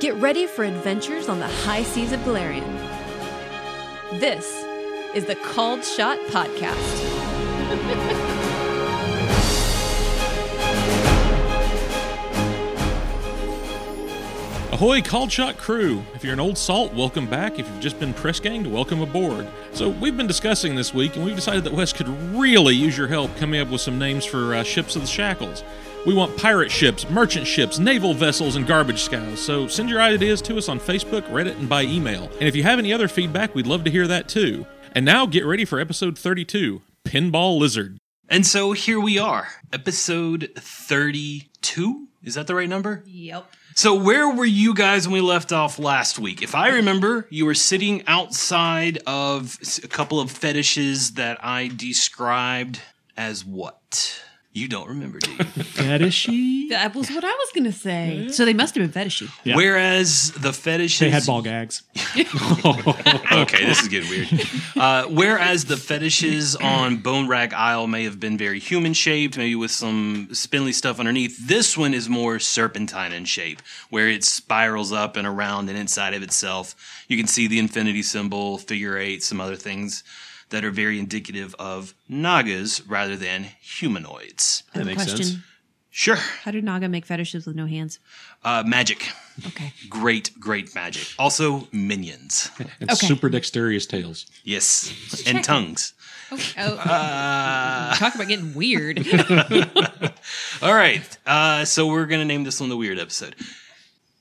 Get ready for adventures on the high seas of Galarian. This is the Called Shot Podcast. Ahoy, Called Shot crew! If you're an old salt, welcome back. If you've just been press ganged, welcome aboard. So, we've been discussing this week, and we've decided that Wes could really use your help coming up with some names for uh, ships of the shackles. We want pirate ships, merchant ships, naval vessels, and garbage scows. So, send your ideas to us on Facebook, Reddit, and by email. And if you have any other feedback, we'd love to hear that too. And now, get ready for episode 32 Pinball Lizard. And so here we are, episode 32. Is that the right number? Yep. So, where were you guys when we left off last week? If I remember, you were sitting outside of s- a couple of fetishes that I described as what? You don't remember, do you? fetishy. That was what I was going to say. Mm-hmm. So they must have been fetishy. Yeah. Whereas the fetishes. They had ball gags. okay, this is getting weird. Uh, whereas the fetishes on Bone Rag Isle may have been very human shaped, maybe with some spindly stuff underneath, this one is more serpentine in shape, where it spirals up and around and inside of itself. You can see the infinity symbol, figure eight, some other things that are very indicative of nagas rather than humanoids. That makes question. sense. Sure, How do Naga make fetishes with no hands? uh, magic. Okay. Great, great magic. Also, minions. And Okay. super dexterous tails. Yes, and tongues. Oh, oh. talk about getting weird. All right. Uh, so we're going to name this one the weird episode.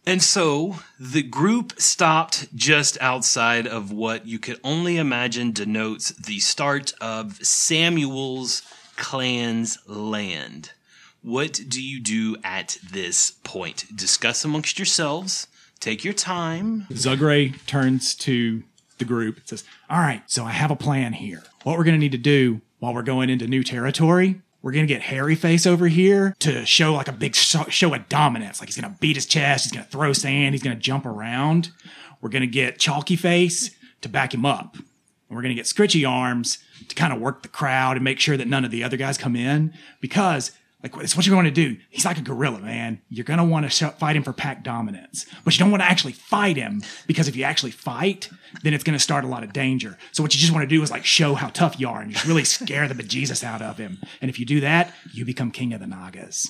And so the group stopped just outside of what you could only imagine denotes the start of Samuel's clan's land. What do you do at this point? Discuss amongst yourselves. Take your time. Zugray turns to the group and says, All right, so I have a plan here. What we're going to need to do while we're going into new territory, we're going to get Hairy Face over here to show like a big sho- show of dominance. Like he's going to beat his chest, he's going to throw sand, he's going to jump around. We're going to get Chalky Face to back him up. And we're going to get Scritchy Arms to kind of work the crowd and make sure that none of the other guys come in because like that's what you want to do. He's like a gorilla, man. You're going to want to sh- fight him for pack dominance, but you don't want to actually fight him because if you actually fight, then it's going to start a lot of danger. So what you just want to do is like show how tough you are and just really scare the bejesus out of him. And if you do that, you become king of the Nagas.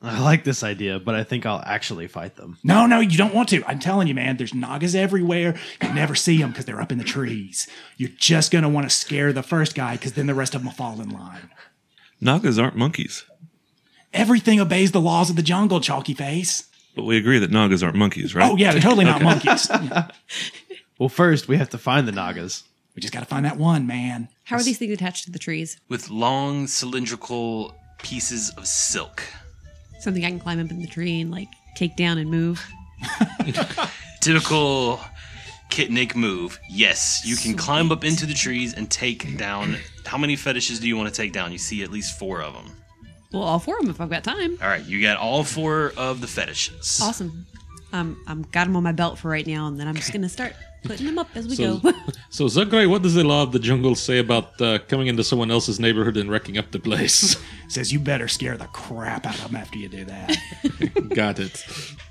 I like this idea, but I think I'll actually fight them. No, no, you don't want to. I'm telling you, man, there's Nagas everywhere. You never see them because they're up in the trees. You're just going to want to scare the first guy because then the rest of them will fall in line. Nagas aren't monkeys, Everything obeys the laws of the jungle, Chalky Face. but we agree that Nagas aren't monkeys, right? Oh, yeah, they're totally not monkeys. Yeah. Well, first we have to find the Nagas. We just got to find that one, man. How are these things attached to the trees? With long cylindrical pieces of silk. Something I can climb up in the tree and like take down and move. Typical Kitnik move. Yes, you can climb up into the trees and take down. How many fetishes do you want to take down? You see at least four of them. Well, all four of them if I've got time. All right, you got all four of the fetishes. Awesome. Um, I'm got them on my belt for right now, and then I'm just gonna start putting them up as we So- go. So, Zugray, what does the law of the jungle say about uh, coming into someone else's neighborhood and wrecking up the place? Says you better scare the crap out of them after you do that. Got it.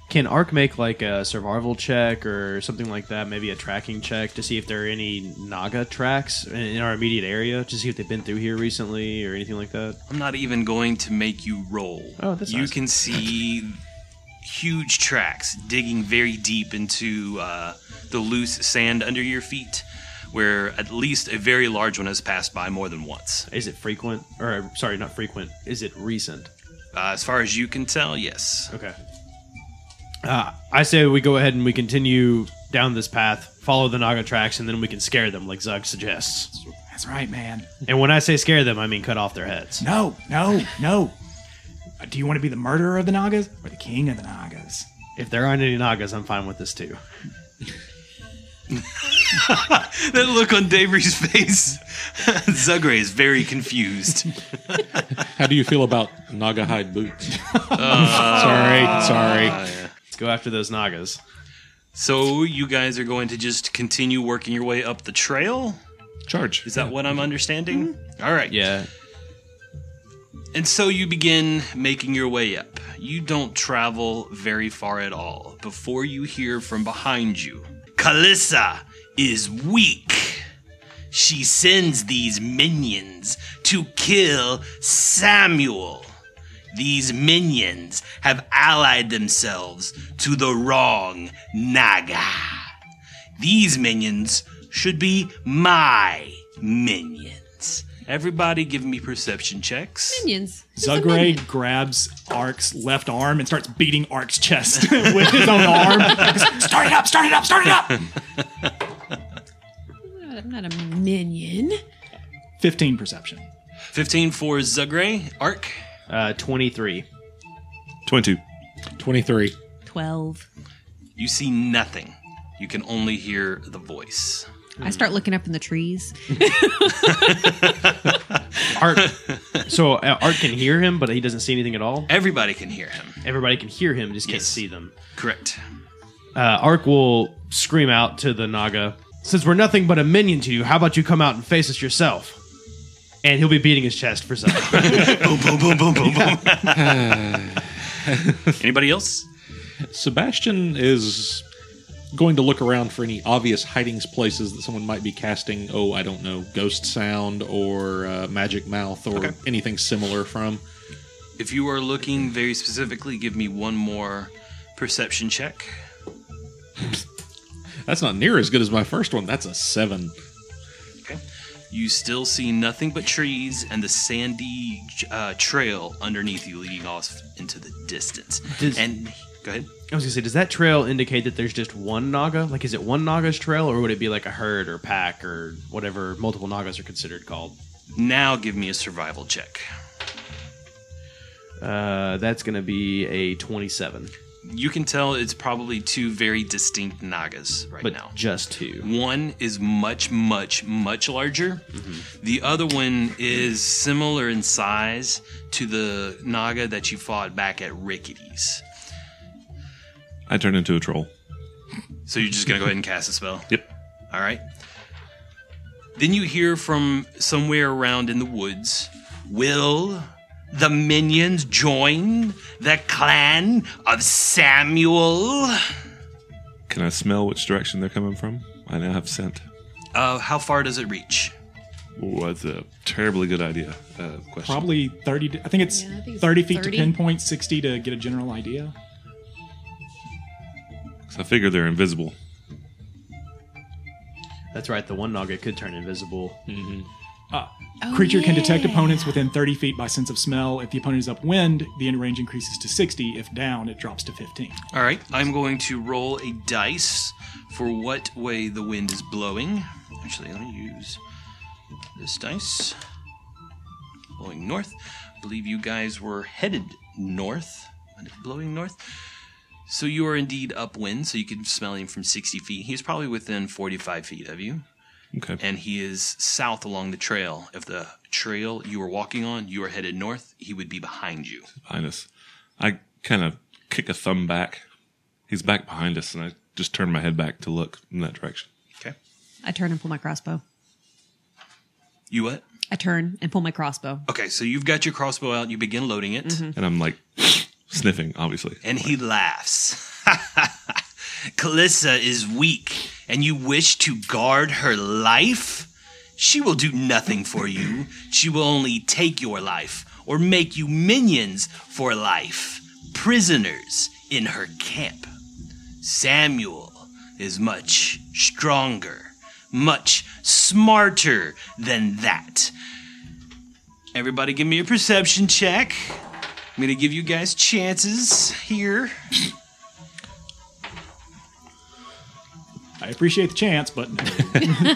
Can Ark make like a survival check or something like that? Maybe a tracking check to see if there are any Naga tracks in- in our immediate area to see if they've been through here recently or anything like that. I'm not even going to make you roll. Oh, that's You nice. can see huge tracks digging very deep into uh, the loose sand under your feet, where at least a very large one has passed by more than once. Is it frequent? Or uh, sorry, not frequent. Is it recent? Uh, as far as you can tell, yes. Okay. Uh, I say we go ahead and we continue down this path, follow the Naga tracks, and then we can scare them like Zug suggests. That's right, man. And when I say scare them, I mean cut off their heads. No, no, no. Uh, Do you want to be the murderer of the Nagas or the king of the Nagas? If there aren't any Nagas, I'm fine with this too. That look on Davery's face. Zugray is very confused. How do you feel about Naga hide boots? sorry, sorry. Let's go after those Nagas. So you guys are going to just continue working your way up the trail? Charge. Is that what I'm understanding? All right. Yeah. And so you begin making your way up. You don't travel very far at all before you hear from behind you Kalissa is weak. She sends these minions to kill Samuel. These minions have allied themselves to the wrong Naga. These minions should be my minions. Everybody give me perception checks. Minions. It's a minion. Zugray grabs Ark's left arm and starts beating Ark's chest with his own arm. start it up, start it up, start it up. I'm not a minion. 15 perception. 15 for Zugray. Ark. Uh, 23. 22. 23. Twelve. You see nothing. You can only hear the voice. I start looking up in the trees. Art. so uh, Art can hear him, but he doesn't see anything at all. Everybody can hear him. Everybody can hear him, just can't Yes. see them. Correct. Uh, Ark will scream out to the Naga, "Since we're nothing but a minion to you, how about you come out and face us yourself?" And he'll be beating his chest for something. boom, boom, boom, boom, boom, boom. Anybody else? Sebastian is going to look around for any obvious hiding places that someone might be casting, oh, I don't know, Ghost Sound or uh, Magic Mouth or anything similar from. If you are looking very specifically, give me one more perception check. That's not near as good as my first one. That's a seven. Okay. You still see nothing but trees and the sandy uh, trail underneath you leading off into the distance. Does- and go ahead. I was gonna say, does that trail indicate that there's just one Naga? Like, is it one Naga's trail, or would it be like a herd or pack or whatever multiple Nagas are considered called? Now give me a survival check. Uh, that's gonna be a 27, You can tell it's probably two very distinct Nagas right but now. just two. One is much, much, much larger. The other one is similar in size to the Naga that you fought back at Rickety's. I turned into a troll. So you're just gonna go ahead and cast a spell. Yep. All right. Then you hear from somewhere around in the woods. Will the minions join the clan of Samuel? Can I smell which direction they're coming from? I now have scent. Uh, how far does it reach? Oh, that's a terribly good idea. Uh, question. Probably 30. To, I think it's Yeah, I think it's 30 feet 30. to pinpoint, 60 to get a general idea. 'Cause I figure they're invisible. That's right. The one Naga could turn invisible. Creature can detect Oh, yeah. opponents within 30 feet by sense of smell. If the opponent is upwind, the end range increases to 60. If down, it drops to 15. All right, I'm going to roll a dice for what way the wind is blowing. Actually, let me use this dice. Blowing north. I believe you guys were headed north. And it's Blowing north. So you are indeed upwind, so you can smell him from 60 feet. He's probably within 45 feet of you, Okay. and he is south along the trail. If the trail you were walking on, you are headed north, he would be behind you. behind us. I kind of kick a thumb back. He's back behind us, and I just turn my head back to look in that direction. Okay. I turn and pull my crossbow. You what? I turn and pull my crossbow. Okay, so you've got your crossbow out, you begin loading it. And I'm like sniffing, obviously. And he laughs. Calissa is weak, and you wish to guard her life? She will do nothing for you. She will only take your life or make you minions for life, prisoners in her camp. Samuel is much stronger, much smarter than that. Everybody, give me a perception check. I'm gonna give you guys chances here. I appreciate the chance, but no.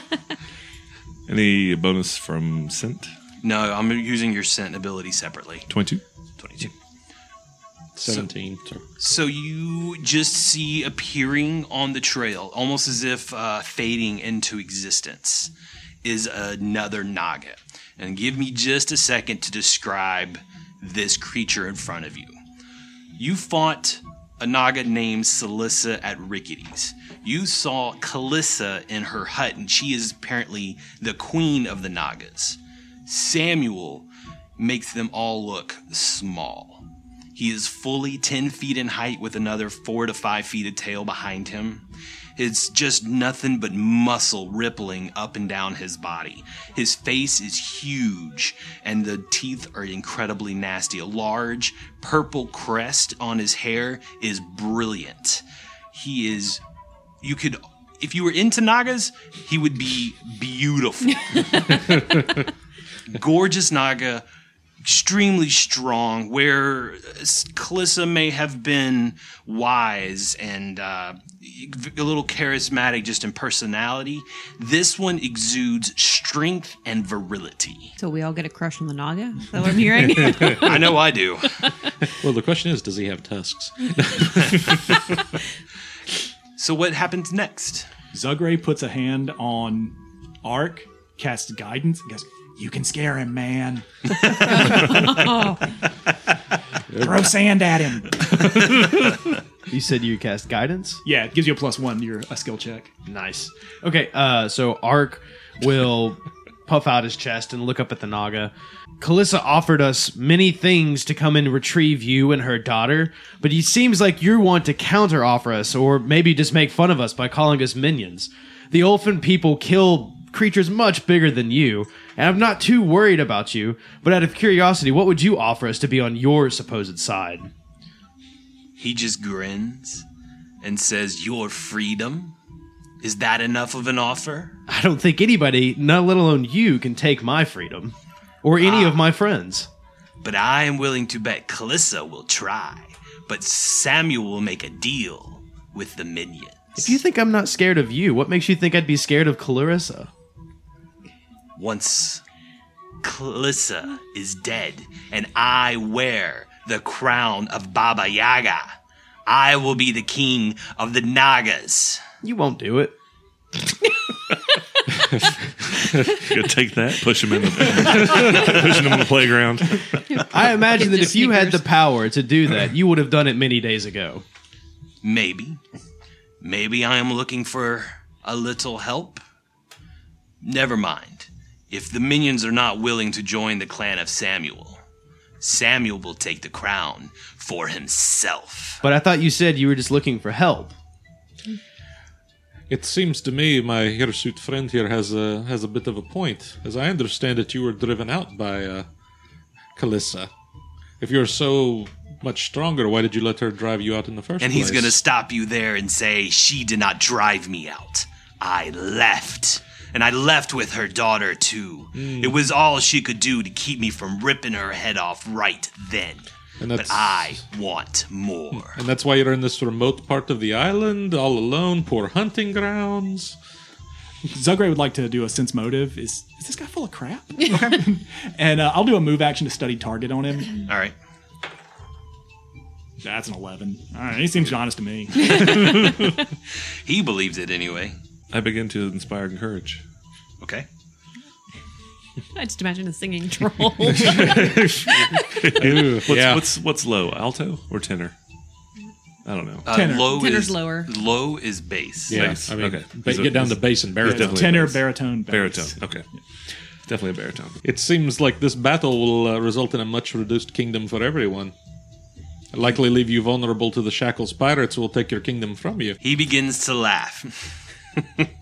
Any bonus from scent? No, I'm using your scent ability separately. 22. 22. 17. sorry. So you just see appearing on the trail, almost as if uh, fading into existence, is another Naga. And give me just a second to describe this creature in front of you. You fought a Naga named Celissa at Rickety's. You saw Kalissa in her hut, and she is apparently the queen of the Nagas. Samuel makes them all look small. He is fully 10 feet in height with another 4 to 5 feet of tail behind him. It's just nothing but muscle rippling up and down his body. His face is huge, and the teeth are incredibly nasty. A large purple crest on his hair is brilliant. He is. You could. If you were into Nagas, he would be beautiful. Gorgeous Naga, extremely strong, where Kalissa may have been wise and uh, a little charismatic just in personality, this one exudes strength and virility. So we all get a crush on the Naga? Is that what I'm hearing? I know I do. Well, the question is, does he have tusks? So, what happens next? Zugray puts a hand on Ark, casts guidance, and goes, You can scare him, man. Throw sand at him. You said you cast guidance. Yeah, it gives you a plus one to your a skill check. Nice. Okay, uh, so Ark will puff out his chest and look up at the Naga. Kalissa offered us many things to come and retrieve you and her daughter, but it seems like you want to counter offer us or maybe just make fun of us by calling us minions. The Olfin people kill creatures much bigger than you, and I'm not too worried about you, but out of curiosity, what would you offer us to be on your supposed side? He just grins and says, Your freedom? Is that enough of an offer? I don't think anybody, not let alone you, can take my freedom or any of my friends. But I am willing to bet Calissa will try. But Samuel will make a deal with the minions. If you think I'm not scared of you, what makes you think I'd be scared of Clarissa? Once Calissa is dead and I wear the crown of Baba Yaga, I will be the king of the Nagas. You won't do it. You take that, push him in the push him in the playground. I imagine that Just if you had the sneakers. power to do that, you would have done it many days ago. Maybe. Maybe I am looking for a little help. Never mind. If the minions are not willing to join the clan of Samuel, Samuel will take the crown for himself. But I thought you said you were just looking for help. It seems to me my hirsute friend here has a has a bit of a point. As I understand it, you were driven out by uh, Kalissa. If you're so much stronger, why did you let her drive you out in the first And place? he's going to stop you there and say, She did not drive me out. I left. And I left with her daughter, too. Hmm. It was all she could do to keep me from ripping her head off right then. And But that's- I want more. And that's why you're in this remote part of the island, all alone, poor hunting grounds. Zugray would like to do a sense motive. Is, is this guy full of crap? Okay. and uh, I'll do a move action to study target on him. Hmm. All right. That's an 11. All right, he seems honest to me. He believes it anyway. I begin to inspire and courage. Okay. I just imagine a singing troll. What's, what's what's low? Alto or tenor? I don't know. Uh, Tenor. Low Tenor's is lower. Low is bass. Yeah, Bass. I mean, Okay. ba- So get down to it's- bass and it's baritone. definitely Tenor, bass. baritone, bass. baritone. Okay, definitely a baritone. It seems like this battle will uh, result in a much reduced kingdom for everyone. Likely leave you vulnerable to the shackles pirates who will take your kingdom from you. He begins to laugh.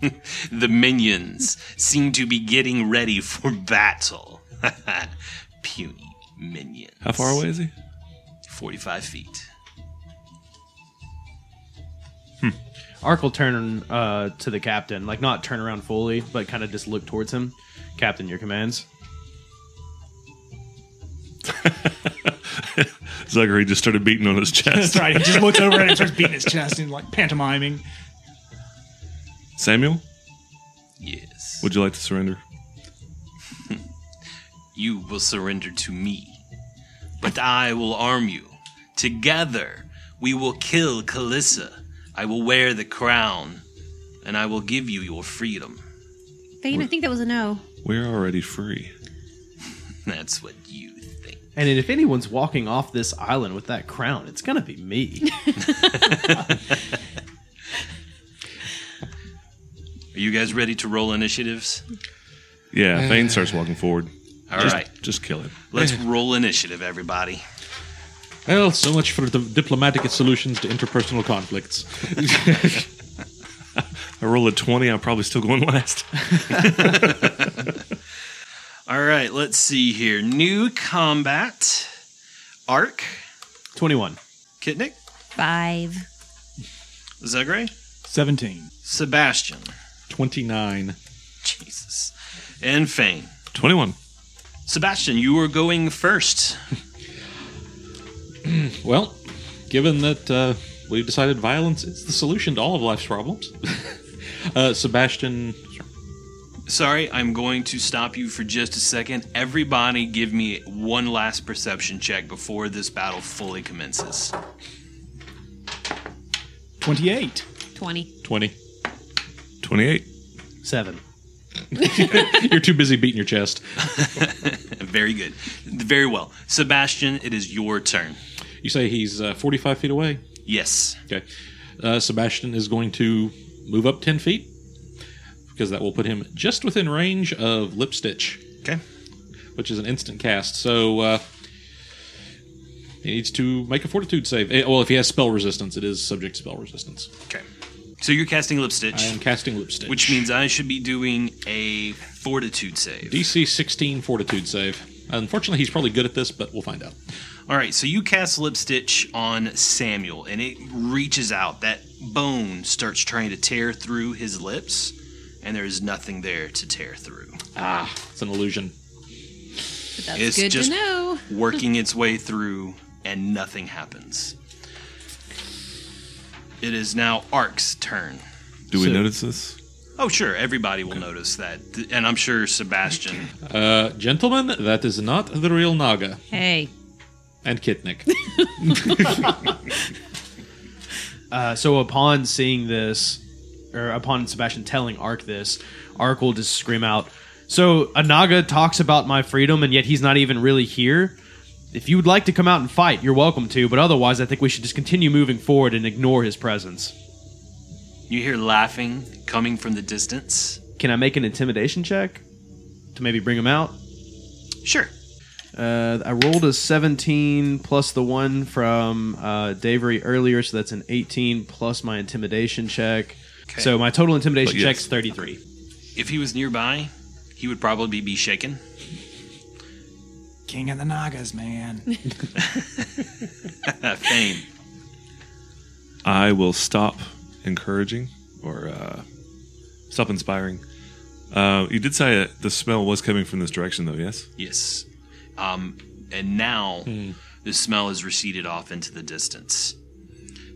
the minions seem to be getting ready for battle. Puny minions. How far away is he? 45 feet. Ark will turn uh, to the captain, like not turn around fully, but kind of just look towards him. Captain, your commands. Zachary just started beating on his chest. That's right. He just looks over and starts beating his chest and like pantomiming. Samuel, Yes. would you like to surrender? you will surrender to me, but I will arm you. Together, we will kill Kalissa. I will wear the crown, and I will give you your freedom. Thane, I think that was a no. We're already free. That's what you think. And if anyone's walking off this island with that crown, it's gonna be me. Are you guys ready to roll initiatives? Yeah, Thane starts walking forward. All just, right. just kill him. Let's roll initiative, everybody. Well, so much for the diplomatic solutions to interpersonal conflicts. I roll a twenty. I'm probably still going last. All right, let's see here. New combat. Arc. 21. Kitnick. Five. Zegre. 17. Sebastian. Twenty-nine. Jesus. And Fane. Twenty-one. Sebastian, you are going first. Well, given that uh, we've decided violence is the solution to all of life's problems, uh, Sebastian. Sorry, I'm going to stop you for just a second. Everybody, give me one last perception check before this battle fully commences. 28. 20. Twenty. Twenty-eight. 7. You're too busy beating your chest. Very good. Very well. Sebastian, it is your turn. You say he's uh, 45 feet away. Yes. Okay. Uh, Sebastian is going to move up 10 feet because that will put him just within range of Lip Stitch, Okay. which is an instant cast. So uh, he needs to make a fortitude save. Eh, Well, if he has spell resistance, it is subject to spell resistance. Okay. So you're casting Lip I am Stitch, casting Lip Stitch. which means I should be doing a Fortitude save. DC 16 fortitude save. Unfortunately, he's probably good at this, but we'll find out. All right, so you cast Lip Stitch on Samuel, and it reaches out. That bone starts trying to tear through his lips, and there is nothing there to tear through. Ah, it's an illusion. But that's It's good just- to know. working its way through, and nothing happens. It is now Ark's turn. Do we notice this? Oh, sure, everybody will notice that, th- and I'm sure Sebastian. Uh, gentlemen, that is not the real Naga Hey. and Kitnik. Uh, so upon seeing this, or upon Sebastian telling Ark this, Ark will just scream out. So Anaga talks about my freedom, and yet he's not even really here. If you would like to come out and fight, you're welcome to, but otherwise, I think we should just continue moving forward and ignore his presence. You hear laughing coming from the distance. Can I make an intimidation check to maybe bring him out? Sure. Uh, I rolled a 17 plus the one from uh, Davery earlier, so that's an 18 plus my intimidation check. Okay. So my total intimidation But yes. check's 33. If he was nearby, he would probably be shaken. King of the Nagas, man. Uh, Fame. I will stop encouraging or uh, stop inspiring. Uh, you did say that the smell was coming from this direction, though. Yes. Yes. Um, and now the smell has receded off into the distance.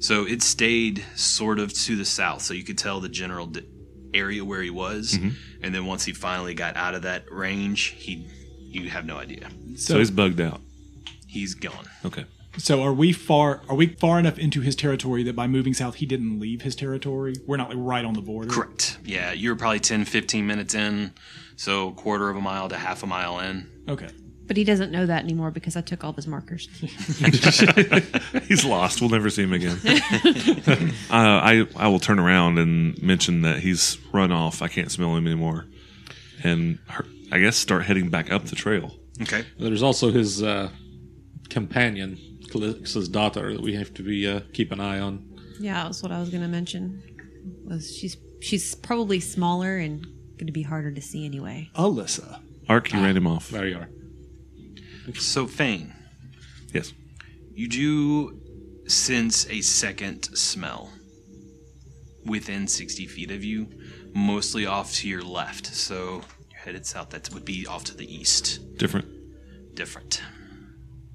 So it stayed sort of to the south. So you could tell the general di- area where he was. And then once he finally got out of that range, he you have no idea. So, he's bugged out. He's gone. Okay. So are we far are we far enough into his territory that by moving south he didn't leave his territory? We're not like right on the border. Correct. Yeah, you were probably 10, 15 minutes in. So quarter of a mile to half a mile in. Okay. But he doesn't know that anymore because I took all of his markers. He's lost. We'll never see him again. uh, I I will turn around and mention that he's run off. I can't smell him anymore, and her, I guess start heading back up the trail. Okay. There's also his uh, companion, Calix's daughter, that we have to be uh, keep an eye on. yeah, that's what I was going to mention. Was she's she's probably smaller and going to be harder to see anyway. Alyssa. Ark, you ran him off. There you are. So Fane, Yes. You do sense a second smell within 60 feet of you, mostly off to your left. So you're headed south. That would be off to the east. Different. Different.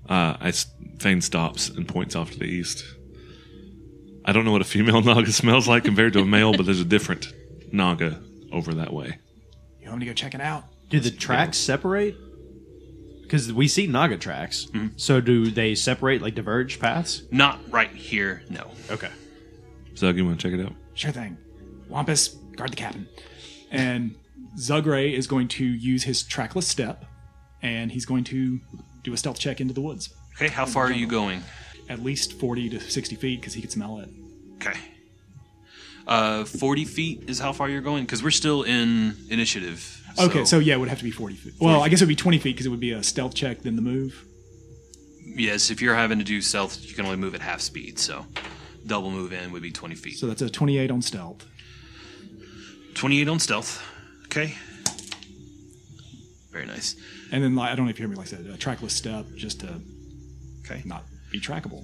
Uh, I s- Fane stops and points off to the east. I don't know what a female naga smells like compared to a male, but there's a different naga over that way. You want me to go check it out? Do the tracks separate? Because we see Naga tracks. Mm-hmm. So do they separate, like diverge paths? Not right here, no. Okay. Zug, you want to check it out? Sure thing. Wampus, guard the cabin. And Zugray is going to use his trackless step and he's going to do a stealth check into the woods. Okay, how far are you going? At least 40 to 60 feet because he could smell it. Okay. Uh, forty feet is how far you're going because we're still in initiative. Okay, so yeah, it would have to be 40 feet. Well, I guess it would be 20 feet because it would be a stealth check, then the move. yes, if you're having to do stealth, you can only move at half speed. So double move in would be twenty feet. So that's a 28 on stealth. Twenty-eight on stealth. Okay. Very nice. And then like, I don't know if you hear me like I said, a trackless step just to Okay. not be trackable.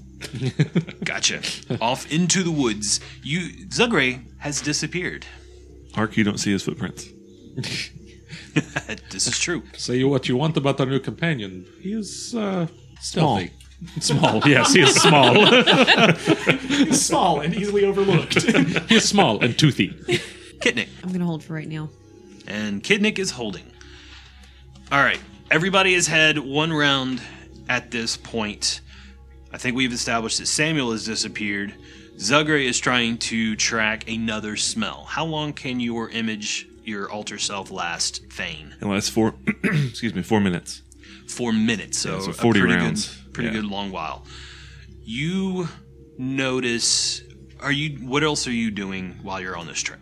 Gotcha. Off into the woods. You Zugray has disappeared. Ark, you don't see his footprints. this is true. Say what you want about our new companion. He is uh, Small. stealthy. Small, yes, he is small. He's small and easily overlooked. he is small and toothy. Kitnik. I'm gonna hold for right now. And Kidnick is holding. All right. Everybody has had one round at this point. I think we've established that Samuel has disappeared. Zugray is trying to track another smell. How long can your image, your alter self, last, Thane? It lasts four, excuse me, four minutes. Four minutes. So, so a 40 pretty rounds. Good, pretty Yeah. good long while. You notice. Are you? What else are you doing while you're on this trail?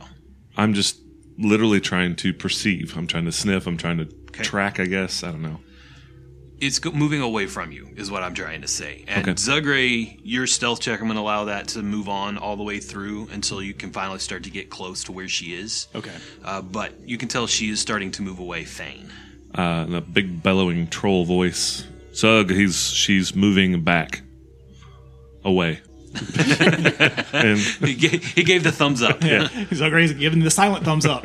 I'm just literally trying to perceive. I'm trying to sniff. I'm trying to track, I guess. I don't know. it's go- moving away from you is what i'm trying to say and Okay. zugray your stealth check i'm going to allow that to move on all the way through until you can finally start to get close to where she is okay. uh, but you can tell she is starting to move away thane Uh, and a big bellowing troll voice. Sug, he's she's moving back away. and he, gave, he gave the thumbs up yeah, So Gray's giving the silent thumbs up.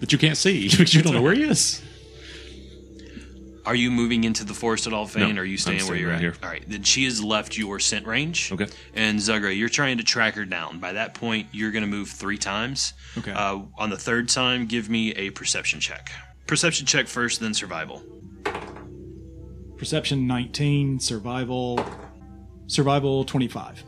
That you can't see because you don't know where he is. are you moving into the forest at all thane No, or are you I'm staying where staying you're at right here. all right then she has left your scent range Okay. and zugray you're trying to track her down by that point you're going to move three times Okay. uh, on the third time give me a perception check perception check first then survival Perception 19, survival survival 25.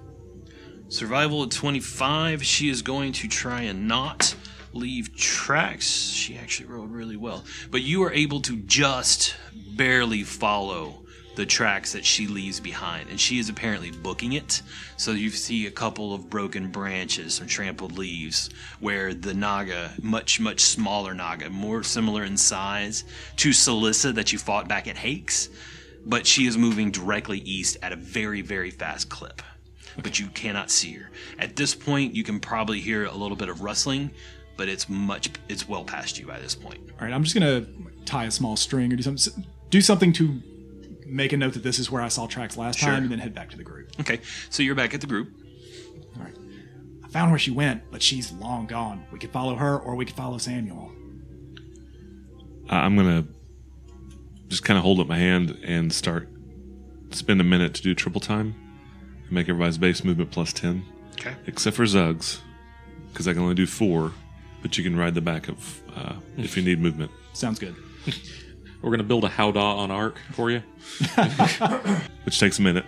Survival at 25. She is going to try and not leave tracks. She actually rolled really well. But you are able to just barely follow the tracks that she leaves behind. And she is apparently booking it. So you see a couple of broken branches, some trampled leaves, where the Naga, much, much smaller Naga, more similar in size to Solissa that you fought back at Hakes. But she is moving directly east at a very, very fast clip but you cannot see her. At this point, you can probably hear a little bit of rustling, but it's much it's well past you by this point. All right, I'm just going to tie a small string or do something do something to make a note that this is where I saw tracks last time and then head back to the group. Okay, so you're back at the group. All right. I found where she went, but she's long gone. We could follow her or we could follow Samuel. I- I'm gonna just kind of hold up my hand and start spend a minute to do triple time and make everybody's base movement plus ten, Okay. except for Zug's because I can only do four, but you can ride the back of uh, if you need movement. Sounds good. We're going to build a howdah on Ark for you. which takes a minute.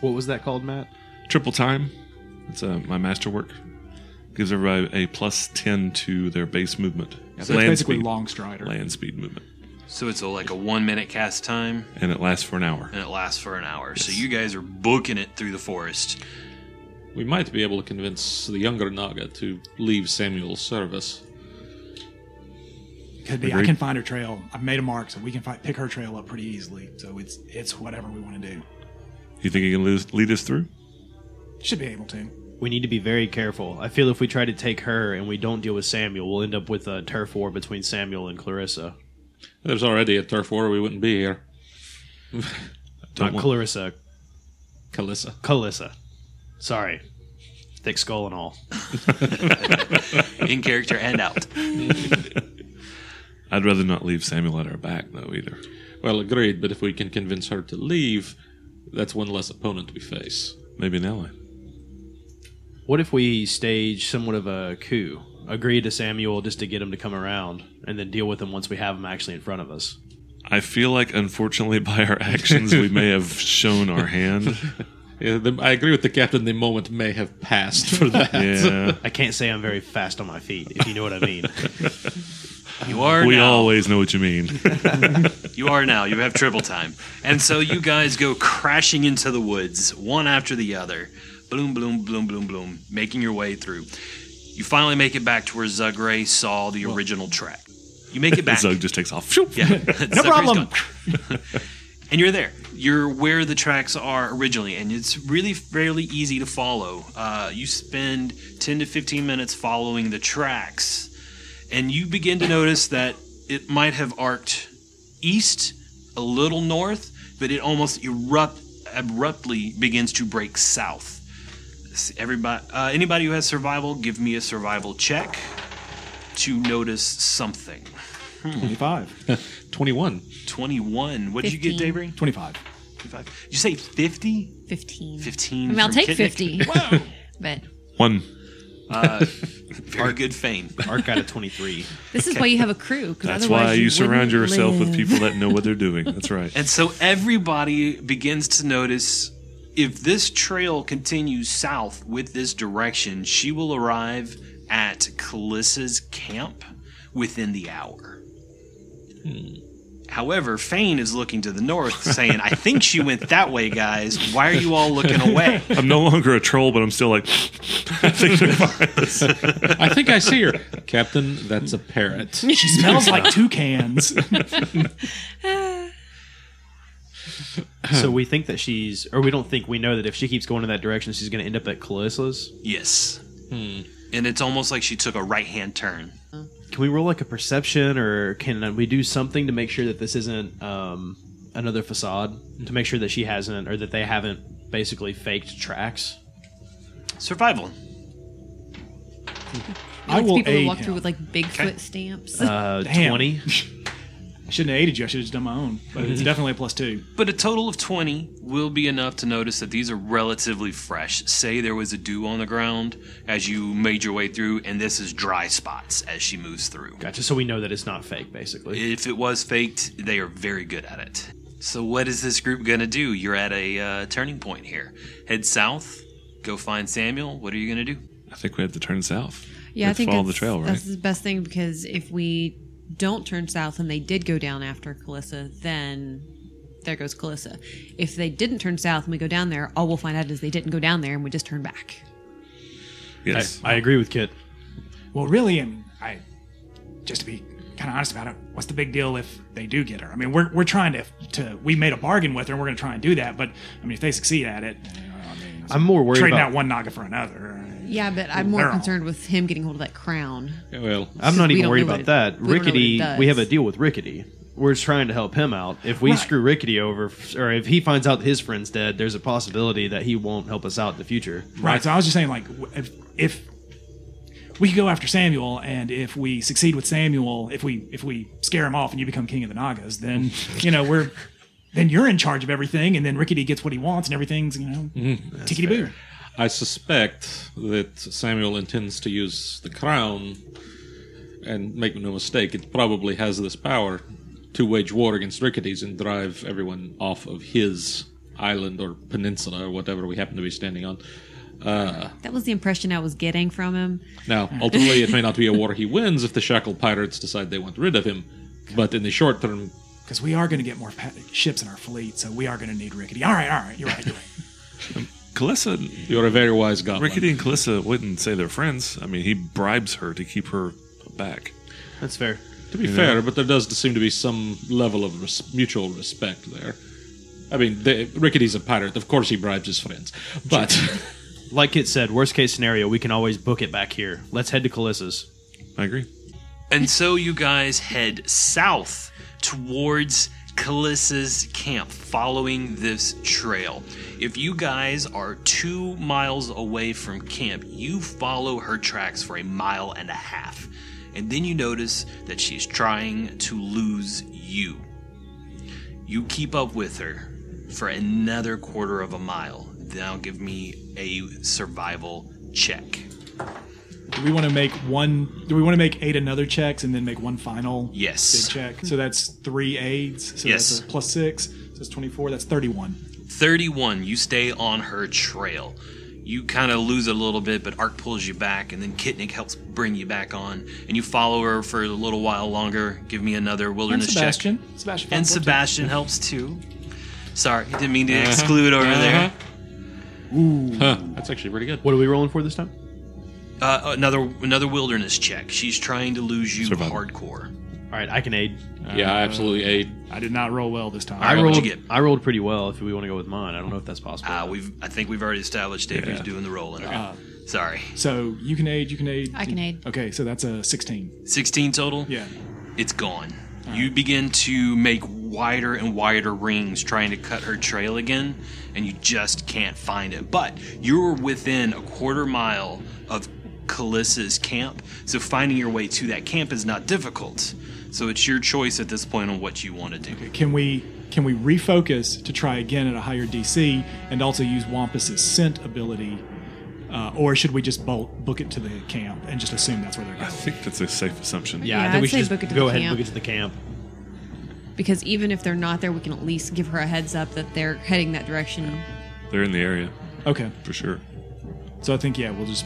What was that called, Matt? Triple time. It's uh, my masterwork. Gives everybody a plus 10 to their base movement. So it's basically long strider. Land speed movement. So it's a, like a one minute cast time, And it lasts for an hour. and it lasts for an hour. So you guys are booking it through the forest. We might be able to convince the younger Naga to leave Samuel's service. Could be. I Agreed. can find her trail. I've made a mark, so we can fi- pick her trail up pretty easily. So it's it's whatever we want to do. You think you can lose, lead us through? Should be able to. We need to be very careful. I feel if we try to take her and we don't deal with Samuel, we'll end up with a turf war between Samuel and Clarissa. There's already a turf war, we wouldn't be here. Don't Not want- Clarissa, Kalissa. Calissa. Sorry. Thick skull and all. In character and out. I'd rather not leave Samuel at our back, though, either. Well, agreed, but if we can convince her to leave, that's one less opponent we face. Maybe an ally. What if we stage somewhat of a coup? Agree to Samuel just to get him to come around and then deal with him once we have him actually in front of us. I feel like, unfortunately, by our actions, we may have shown our hand. Yeah, the, I agree with the captain, the moment may have passed for that. Yeah. I can't say I'm very fast on my feet, if you know what I mean. You are we now. always know what you mean. You are now. You have triple time. And so you guys go crashing into the woods, one after the other. Bloom, bloom, bloom, bloom, bloom, making your way through. You finally make it back to where Zugray saw the original track. You make it back. Zug just takes off. Yeah, no problem. and you're there. You're where the tracks are originally, and it's really fairly easy to follow. Uh, you spend 10 to 15 minutes following the tracks, and you begin to notice that it might have arced east, a little north, but it almost erupt abruptly begins to break south. S- Everybody, uh, anybody who has survival, give me a survival check to notice something. 25. 21. 21. What did you get, 15. Davery? 25. 25. Did you say 50? 15. 15. I mean, I'll from take Kitnik? 50. but One. Very good fame. Arc out of 23. this is why you have a crew. 'cause That's otherwise why you surround wouldn't yourself with live. people that know what they're doing. That's right. And so everybody begins to notice if this trail continues south with this direction, she will arrive at Calissa's camp within the hour. Hmm. However, Fane is looking to the north, saying, I think she went that way, guys. Why are you all looking away? I'm no longer a troll, but I'm still like, I think they're fine. I think I see her. Captain, that's a parrot. She smells like toucans. so we think that she's, or we don't think, we know that if she keeps going in that direction, she's going to end up at Calissa's. Yes. Hmm. And it's almost like she took a right hand turn. Can we roll like a perception or can we do something to make sure that this isn't um, another facade? To make sure that she hasn't, or that they haven't basically faked tracks? Survival. I It's will people who aid walk through him. with like Bigfoot stamps. Uh, Damn. 20. I shouldn't have aided you. I should have just done my own. But it's definitely a plus two. But a total of 20 will be enough to notice that these are relatively fresh. Say there was a dew on the ground as you made your way through, and this is dry spots as she moves through. Gotcha. So we know that it's not fake, basically. If it was faked, they are very good at it. So, what is this group going to do? You're at a uh, turning point here. Head south, go find Samuel. What are you going to do? I think we have to turn south. yeah, I Let's think follow that's, the trail, right? that's the best thing because if we don't turn south and they did go down after Calissa, then there goes Calissa. If they didn't turn south and we go down there, all we'll find out is they didn't go down there and we just turn back. I, Yes. I agree with Kit. Well, really, I mean, I just to be kind of honest about it, what's the big deal if they do get her? I mean, we're, we're trying to to we made a bargain with her, and we're going to try and do that. But I mean, if they succeed at it, you know, I mean, I'm more worried trading about- out one naga for another. Yeah, but I'm more Girl. concerned with him getting hold of that crown. well, I'm not we even don't worried know about what it- that. we don't know what it Rickety, does. we have a deal with Rickety. We're trying to help him out. If we Right. screw Rickety over, or if he finds out his friend's dead, there's a possibility that he won't help us out in the future. Right. So I was just saying, like, w- if, if we could go after Samuel, and if we succeed with Samuel, if we if we scare him off, and you become king of the Nagas, then you know we're then you're in charge of everything, and then Rickety gets what he wants, and everything's you know tickety boo. I suspect that Samuel intends to use the crown, and make no mistake, it probably has this power to wage war against Rickety's and drive everyone off of his island or peninsula or whatever we happen to be standing on. Uh, That was the impression I was getting from him. Now, ultimately, it may not be a war he wins if the Shackle Pirates decide they want rid of him, but in the short term, Because we are going to get more pa- ships in our fleet, so we are going to need Rickety. All right, all right, you're right. You're right. Kalissa, you're a very wise goblin. Rickety and Kalissa wouldn't say they're friends. I mean, he bribes her to keep her back. That's fair. To be fair, but there does seem to be some level of res- mutual respect there. I mean, they, Rickety's a pirate. Of course, he bribes his friends. But Like Kit said, worst case scenario, we can always book it back here. Let's head to Calissa's. I agree. And so you guys head south towards Calissa's camp, following this trail. If you guys are two miles away from camp, you follow her tracks for a mile and a half. And then you notice that she's trying to lose you. You keep up with her for another quarter of a mile. Now give me a survival check. Do we want to make one? Do we want to make eight another checks and then make one final big Yes. check? So that's three aids. So Yes. that's a plus six. So that's twenty four. That's thirty one. 31, you stay on her trail. You kind of lose it a little bit, but Ark pulls you back, and then Kitnik helps bring you back on, and you follow her for a little while longer. Give me another And wilderness Sebastian. check. Sebastian. And Fox- Sebastian helps too. Sorry, didn't mean to Uh-huh. exclude over there. Huh, that's actually pretty good. What are we rolling for this time? Uh, another another wilderness check. She's trying to lose you Survival. hardcore. All right, I can aid. yeah, I absolutely aid. I did not roll well this time. I right, rolled. what'd you get? I rolled pretty well. If we want to go with mine, I don't know if that's possible. Uh, we've I think we've already established Dave who's doing the rolling. Uh-huh. Sorry, so you can aid, you can aid. I can aid. Okay, so that's a 16. sixteen total. Yeah. it's gone. You begin to make wider and wider rings trying to cut her trail again, and you just can't find it. But you're within a quarter mile of Calissa's camp, so finding your way to that camp is not difficult. So it's your choice at this point on what you want to do. Can we can we refocus to try again at a higher DC and also use Wampus's scent ability? Uh, or should we just bolt, book it to the camp and just assume that's where they're I going? think that's a safe assumption. yeah, Yeah, I think we I'd say should just book it to go the ahead camp. and book it to the camp. Because even if they're not there, we can at least give her a heads up that they're heading that direction. They're in the area Okay. for sure. So I think yeah, we'll just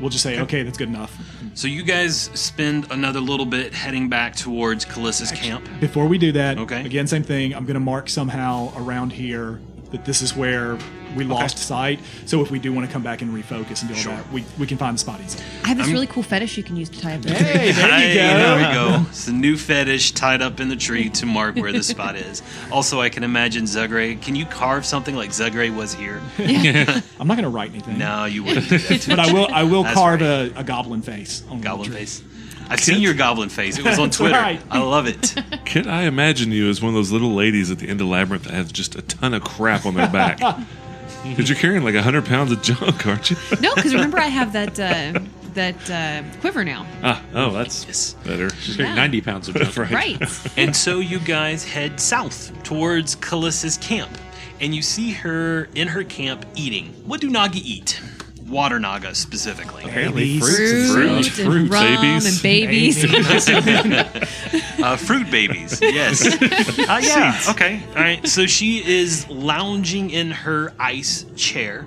we'll just say okay, that's good enough. So you guys spend another little bit heading back towards Calissa's camp. Before we do that, Okay. again, same thing. I'm going to mark somehow around here that this is where we lost sight. So if we do want to come back and refocus and do all Sure. that, we, we can find the spot easily. I have this really cool fetish you can use to tie up. Hey, there Hey, there we go. It's a new fetish tied up in the tree to mark where the spot is. Also, I can imagine Zugray. Can you carve something like Zugray was here? I'm not going to write anything. No, you wouldn't. Do that to But I will. I will That's carve right. a, a goblin face. On the goblin tree. face. I've seen your goblin face. It was on That's Twitter. right. I love it. Kid, I imagine you as one of those little ladies at the end of Labyrinth that has just a ton of crap on their back. Because you're carrying like 100 pounds of junk, aren't you? No, because remember I have that uh, that uh, quiver now. ah, oh, that's Yes. better. She's carrying 90 pounds of junk. Right. Right. And so you guys head south towards Calissa's camp, and you see her in her camp eating. What do Naga eat? Water Naga specifically. Apparently, Babies. fruits, and Fruit and fruit, rum babies. and babies. Uh, fruit babies, yes. uh, yeah, okay. All right, so she is lounging in her ice chair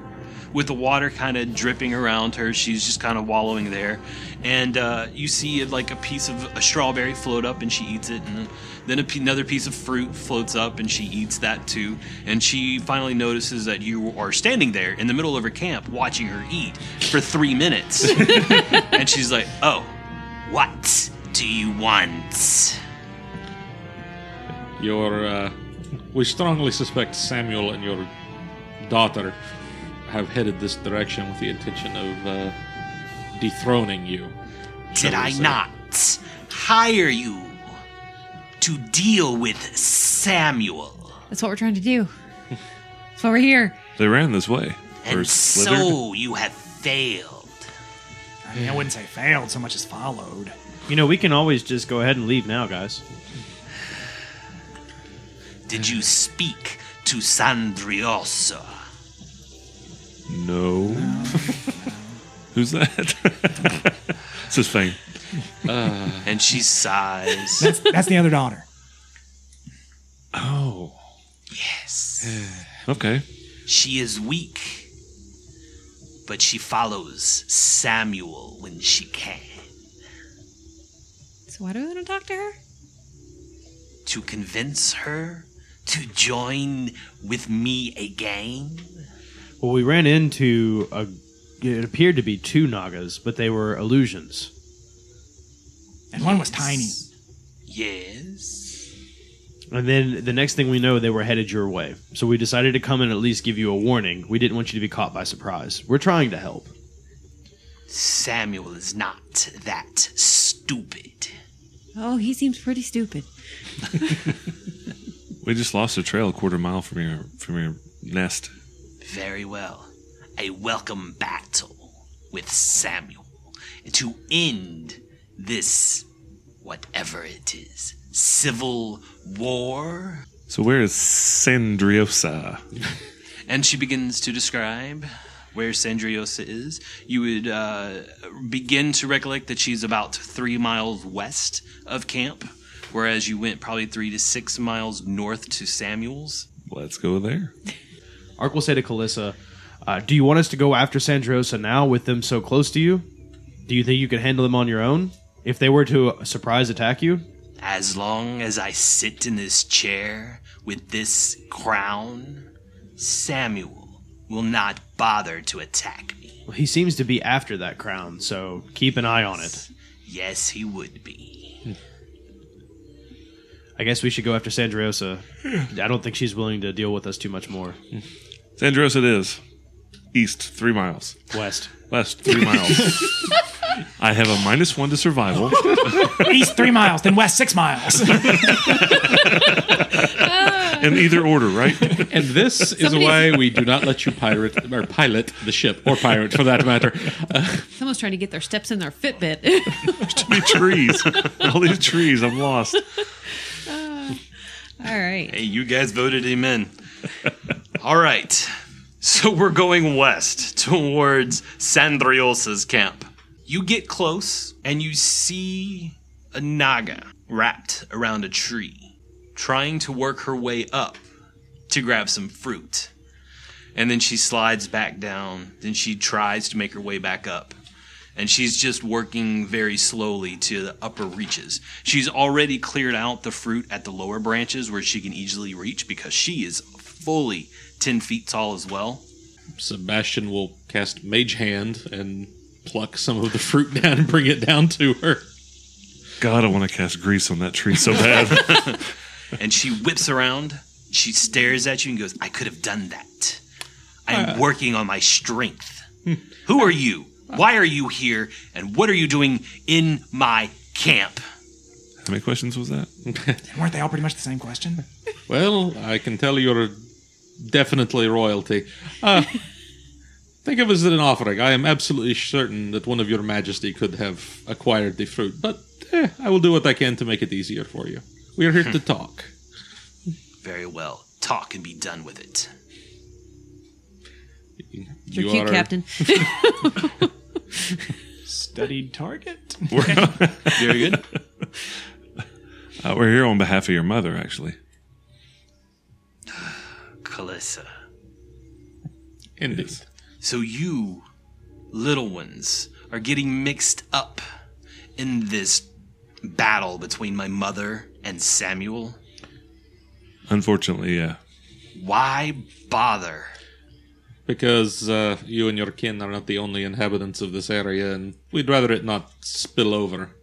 with the water kind of dripping around her. She's just kind of wallowing there. And uh, you see like a piece of a strawberry float up and she eats it. And then a p- another piece of fruit floats up and she eats that too. And she finally notices that you are standing there in the middle of her camp watching her eat for three minutes. and she's like, oh, what do you want? Your, uh, we strongly suspect Samuel and your daughter have headed this direction with the intention of uh, dethroning you. Did shall we I say. not hire you to deal with Samuel? That's what we're trying to do. That's why we're here. They ran this way. Or And slithered. so you have failed. I, mean, I wouldn't say failed so much as followed. You know, we can always just go ahead and leave now, guys. Did you speak to Sandriosa? No. Who's that? it's his fame. And she sighs. That's the other daughter. Oh. yes. Okay. She is weak, but she follows Samuel when she can So why do we want to talk to her? to convince her to join with me again. Well, we ran into a. It appeared to be two Nagas, but they were illusions. And one was tiny. Yes. And then the next thing we know, they were headed your way. So we decided to come and at least give you a warning. We didn't want you to be caught by surprise. We're trying to help. Samuel is not that stupid. Oh, he seems pretty stupid. We just lost a trail a quarter mile from your from your nest. Very well. A welcome battle with Samuel to end this, whatever it is, civil war. So where is Sandriosa? And she begins to describe where Sandriosa is. You would uh, begin to recollect that she's about three miles west of camp, whereas you went probably three to six miles north to Samuel's. Let's go there. Ark will say to Kalissa, uh, Do you want us to go after Sandrosa now with them so close to you? Do you think you can handle them on your own? If they were to uh, surprise attack you? As long as I sit in this chair with this crown, Samuel will not bother to attack me. Well, he seems to be after that crown, so keep an eye on it. Yes, he would be. I guess we should go after Sandriosa. I don't think she's willing to deal with us too much more. Sandros, it is. East, three miles. West. West, three miles. I have a minus one to survival. East three miles, then west six miles. in either order, right? And this is why we do not let you pirate or pilot the ship or pirate for that matter. Someone's trying to get their steps in their Fitbit. Be trees. All these trees. I'm lost. All right. Hey, you guys voted him in. All right. So we're going west towards Sandriosa's camp. You get close and you see a naga wrapped around a tree, trying to work her way up to grab some fruit. And then she slides back down, then she tries to make her way back up. and she's just working very slowly to the upper reaches. She's already cleared out the fruit at the lower branches where she can easily reach because she is fully 10 feet tall as well. Sebastian will cast Mage Hand and pluck some of the fruit down and bring it down to her. God, I want to cast grease on that tree so bad. And she whips around, she stares at you and goes, I could have done that. I'm working on my strength. Who are you? Why are you here? And what are you doing in my camp? How many questions was that? Weren't they all pretty much the same question? Well, I can tell you're definitely royalty. Uh, think of it as an offering. I am absolutely certain that one of your majesty could have acquired the fruit, but eh, I will do what I can to make it easier for you. We are here to talk. Very well. Talk and be done with it. You're You cute, are- Captain. Studied target. Very good. Uh, we're here on behalf of your mother, actually. Calissa. Indeed. So you, little ones, are getting mixed up in this battle between my mother and Samuel. Unfortunately, yeah. Why bother? Because uh, you and your kin are not the only inhabitants of this area, and we'd rather it not spill over.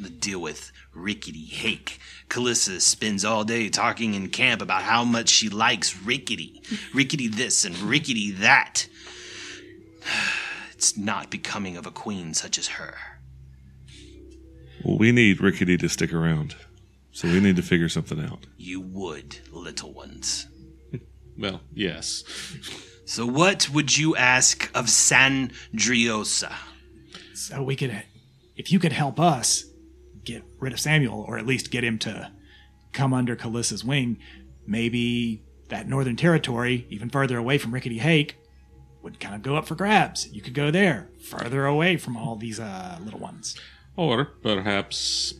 The deal with Rickety Hake. Calissa spends all day talking in camp about how much she likes Rickety. Rickety this and Rickety that. It's not becoming of a queen such as her. Well, we need Rickety to stick around. So we need to figure something out. You would, little ones. Well, yes. So, what would you ask of Sandriosa? So we could, if you could help us get rid of Samuel, or at least get him to come under Calissa's wing, maybe that northern territory, even further away from Rickety Hake, would kind of go up for grabs. You could go there, further away from all these uh, little ones. Or perhaps,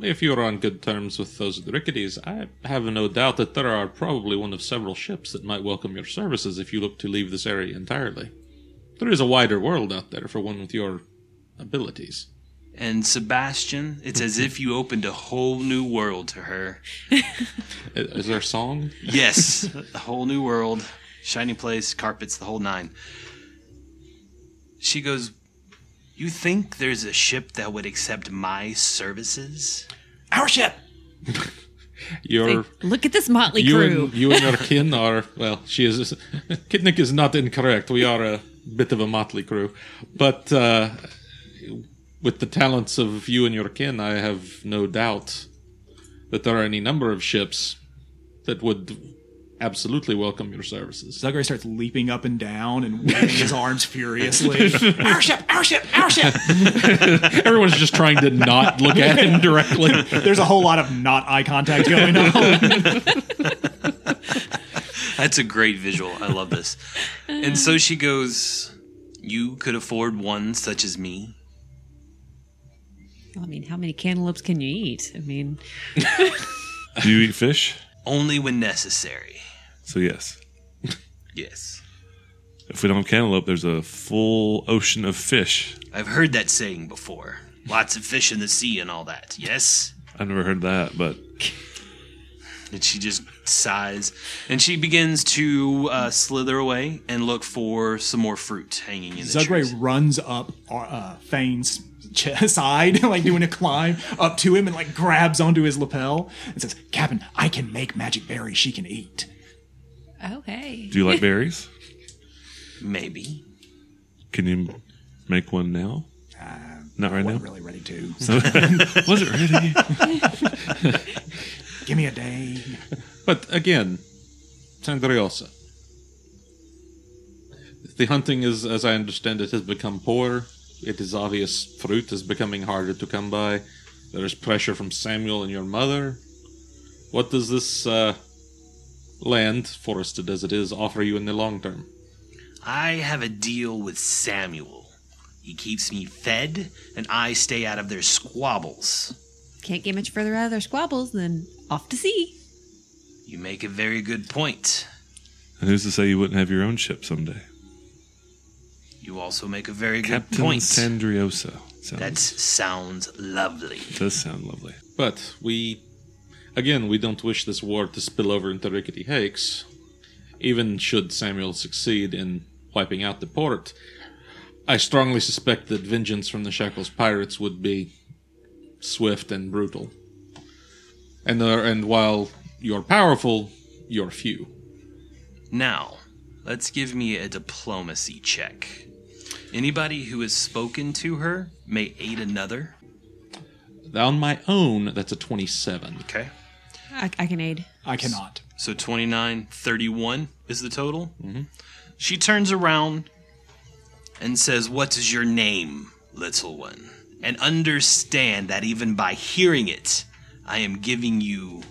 if you're on good terms with those ricketies, I have no doubt that there are probably one of several ships that might welcome your services if you look to leave this area entirely. There is a wider world out there for one with your abilities. And Sebastian, it's as if you opened a whole new world to her. I- Is there a song? Yes, a whole new world, shiny place, carpets, the whole nine. She goes, You think there's a ship that would accept my services? Our ship! Your Look at this motley you crew. and you and your kin are well. She is Kidnick is not incorrect. We are a bit of a motley crew, but uh, with the talents of you and your kin, I have no doubt that there are any number of ships that would absolutely welcome your services. Zagre starts leaping up and down and waving his arms furiously. our ship! Our ship! Our ship! Everyone's just trying to not look at him directly. There's a whole lot of not eye contact going on. That's a great visual. I love this. And so she goes, You could afford one such as me. I mean, how many cantaloupes can you eat? I mean, Do you eat fish? Only when necessary. So, yes. Yes. If we don't have cantaloupe, there's a full ocean of fish. I've heard that saying before. Lots of fish in the sea and all that. Yes? I never heard that, but And she just sighs. And she begins to uh, slither away and look for some more fruit hanging in the trees. Zugray runs up uh, Fane's ch- side, like doing a climb up to him and like grabs onto his lapel and says, Captain, I can make magic berries she can eat. Oh, hey. Do you like berries? Maybe. Can you make one now? Not right now. I'm really ready to. Was it ready? Give me a day. But again, Sandriosa. The hunting is, as I understand it, has become poor. It is obvious fruit is becoming harder to come by. There is pressure from Samuel and your mother. What does this uh, land, forested as it is, offer you in the long term? I have a deal with Samuel. He keeps me fed, and I stay out of their squabbles. Can't get much further out of their squabbles than off to sea. You make a very good point. And who's to say you wouldn't have your own ship someday? You also make a very good Captain point. Sandriosa. Sounds, that sounds lovely. does sound lovely. But we, again, we don't wish this war to spill over into Rickety Hakes, even should Samuel succeed in wiping out the port. I strongly suspect that vengeance from the Shackles pirates would be swift and brutal. And there, and while you're powerful, you're few. Now, let's give me a diplomacy check. Anybody who has spoken to her may aid another. On my own, that's a 27. Okay. I, I can aid. I cannot. So 29, 31 is the total. She turns around and says, What is your name, little one? And understand that even by hearing it, I am giving you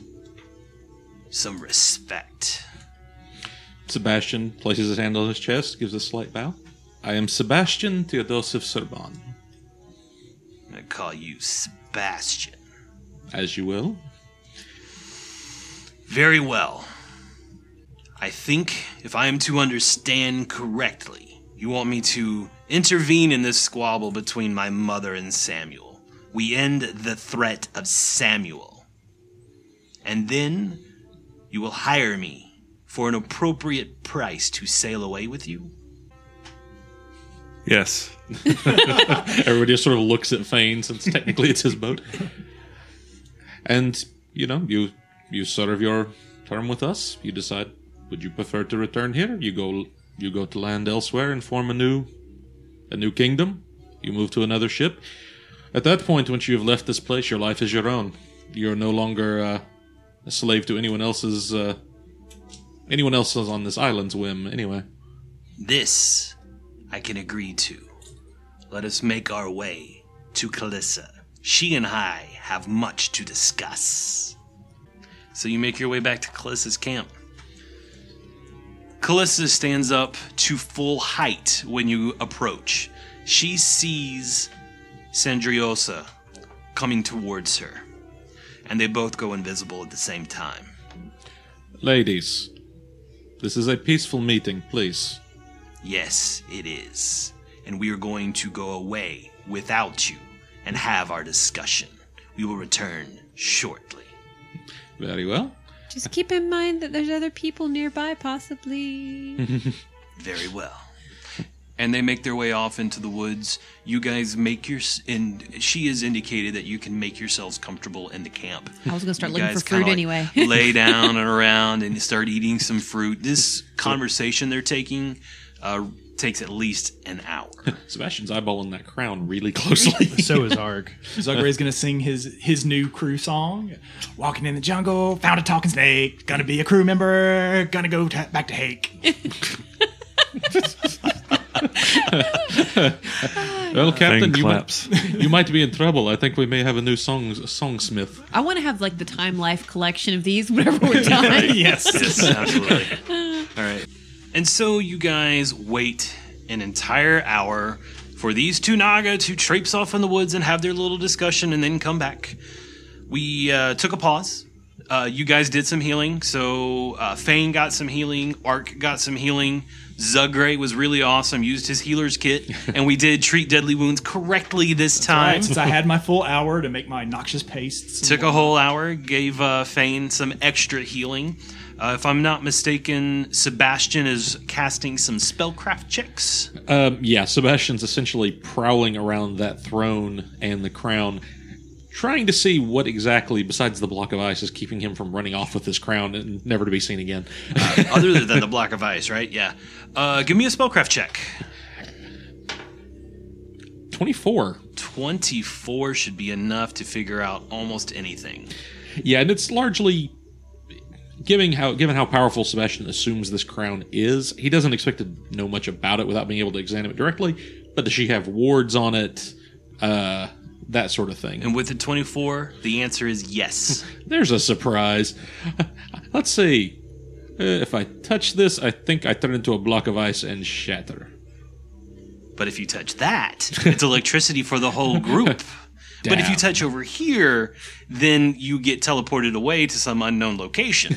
some respect. Sebastian places his hand on his chest, gives a slight bow. I am Sebastian Theodosif Serban. I'm going to call you Sebastian. As you will. Very well. I think, if I am to understand correctly, you want me to intervene in this squabble between my mother and Samuel. We end the threat of Samuel. And then you will hire me for an appropriate price to sail away with you. Yes. Everybody just sort of looks at Fane since technically it's his boat. And you know, you you serve your term with us. You decide would you prefer to return here? You go you go to land elsewhere and form a new a new kingdom. You move to another ship. At that point, once you have left this place, your life is your own. You're no longer uh, a slave to anyone else's uh, anyone else's on this island's whim. Anyway, This I can agree to. Let us make our way to Calissa. She and I have much to discuss. So you make your way back to Calissa's camp. Calissa stands up to full height when you approach. She sees Sandriosa coming towards her, and they both go invisible at the same time. ladies, this is a peaceful meeting. Please Yes, it is. And we are going to go away without you and have our discussion. We will return shortly. Very well. Just keep in mind that there's other people nearby, Hmm. possibly. Very well. And they make their way off into the woods. You guys make your s- and she has indicated that you can make yourselves comfortable in the camp. I was gonna start You looking guys for kinda, fruit like, anyway. lay down and around and start eating some fruit. This conversation they're taking uh, takes at least an hour. Sebastian's eyeballing that crown really closely. So is Arg. Zugray's gonna sing his his new crew song. Walking in the jungle, found a talking snake. Gonna be a crew member. Gonna go ta back to Hake. well, Captain, Fang you might, claps. you might be in trouble. I think we may have a new song songsmith. I want to have like the Time Life collection of these whenever we're done. yes. yes, absolutely. All right. And so you guys wait an entire hour for these two Naga to traipse off in the woods and have their little discussion and then come back. We uh, took a pause. Uh, you guys did some healing. So uh, Fane got some healing, Ark got some healing, Zugray was really awesome, used his healer's kit, and we did treat deadly wounds correctly this time. Since I had my full hour to make my noxious pastes. Took a whole hour, gave uh, Fane some extra healing. Uh, if I'm not mistaken, Sebastian is casting some spellcraft checks. Um, yeah, Sebastian's essentially prowling around that throne and the crown, trying to see what exactly, besides the block of ice, is keeping him from running off with his crown and never to be seen again. other than the block of ice, right? Yeah. Uh, give me a spellcraft check. 24. 24 should be enough to figure out almost anything. Yeah, and it's largely. Given how, given how powerful Sebastian assumes this crown is, he doesn't expect to know much about it without being able to examine it directly. But does she have wards on it? Uh, that sort of thing. And with the 24, the answer is yes. There's a surprise. Let's see. Uh, If I touch this, I think I turn into a block of ice and shatter. But if you touch that, it's electricity for the whole group. But if you Damn. touch over here, then you get teleported away to some unknown location.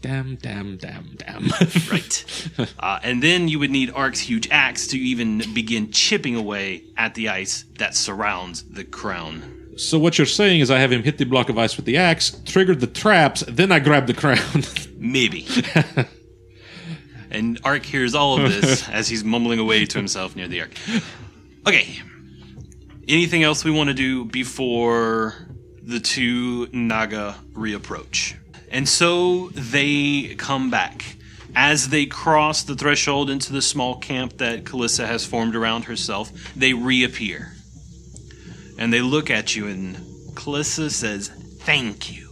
Damn, damn, damn, damn. right. Uh, and then you would need Ark's huge axe to even begin chipping away at the ice that surrounds the crown. so what you're saying is I have him hit the block of ice with the axe, triggered the traps, then I grab the crown. Maybe. and Ark hears all of this as he's mumbling away to himself near the Ark. Okay. Anything else we want to do before the two Naga reapproach? And so they come back. As they cross the threshold into the small camp that Kalissa has formed around herself, they reappear. And they look at you, and Kalissa says, Thank you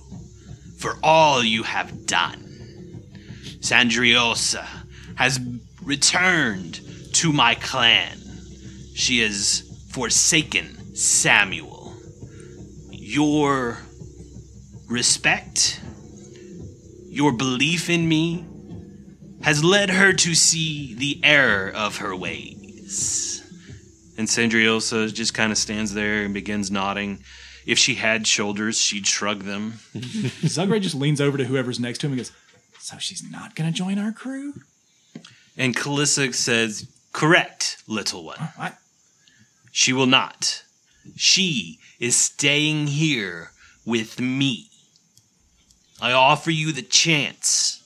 for all you have done. Sandriosa has returned to my clan. She has forsaken Samuel. Your respect, your belief in me, has led her to see the error of her ways. And Sandriosa just kind of stands there and begins nodding. If she had shoulders, she'd shrug them. Zugray just leans over to whoever's next to him and goes, So she's not going to join our crew? And Kalissa says, Correct, little one. What? She will not. She is staying here with me. I offer you the chance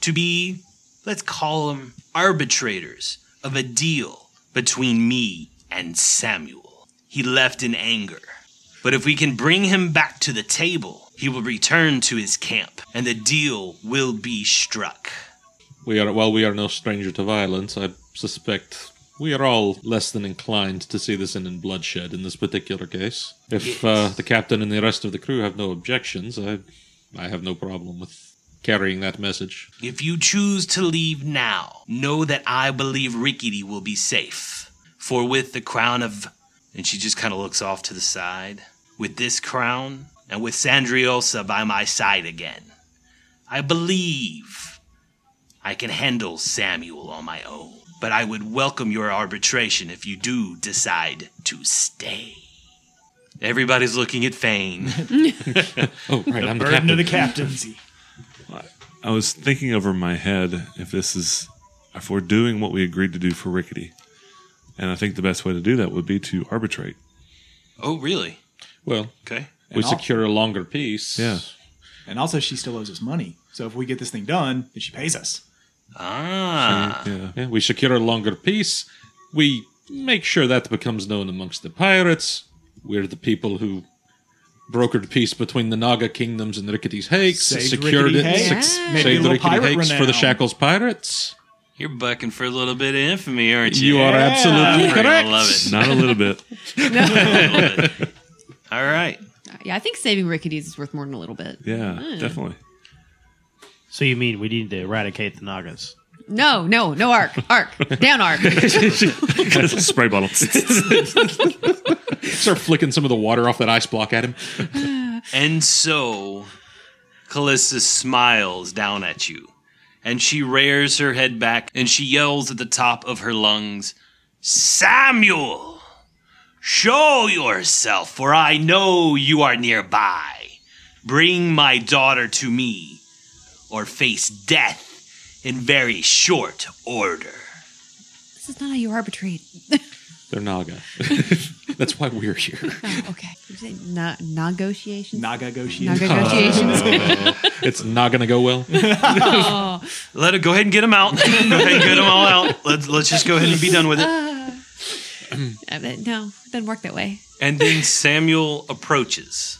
to be, let's call them arbitrators of a deal between me and Samuel. He left in anger. But if we can bring him back to the table, he will return to his camp and the deal will be struck. we are while we are no stranger to violence, I suspect we are all less than inclined to see this end in bloodshed in this particular case. If uh, the captain and the rest of the crew have no objections, I I have no problem with carrying that message. If you choose to leave now, know that I believe Rickety will be safe. For with the crown of. And she just kind of looks off to the side. With this crown, and with Sandriosa by my side again, I believe I can handle Samuel on my own. But I would welcome your arbitration if you do decide to stay. Everybody's looking at Fane. Oh, right, I'm the Burden captain. to the captaincy. I was thinking over my head if this is if we're doing what we agreed to do for Rickety, and I think the best way to do that would be to arbitrate. oh, really? well, Okay. we all- secure a longer peace. Yeah. And also, she still owes us money. So if we get this thing done, then she pays us. Ah. Yeah, Yeah, we secure a longer peace. We make sure that becomes known amongst the pirates. We're the people who brokered peace between the Naga kingdoms and Rickety's Hakes, Saved secured Rickety it, Hakes. sec- Maybe a saved the little Rickety pirate Hakes for the renown. Shackles Pirates. You're bucking for a little bit of infamy, aren't you? You are absolutely You're gonna correct. love it. not a little bit. All right. Yeah, I think saving Rickety's is worth more than a little bit. Yeah, definitely. So you mean we need to eradicate the Nagas? No, no, no arc, arc, down arc. Spray bottle. Start flicking some of the water off that ice block at him. And so Callista smiles down at you and she rears her head back and she yells at the top of her lungs, Samuel, show yourself, for I know you are nearby. Bring my daughter to me or face death in very short order. This is not how you arbitrate. They're Naga. That's why we're here. Oh, okay. You say na- negotiations? Naga negotiations. Naga negotiations. It's not going to go well. Let it go ahead and get them out. go ahead and get them all out. Let's let's just go ahead and be done with it. Uh, but no, it doesn't work that way. And then Samuel approaches.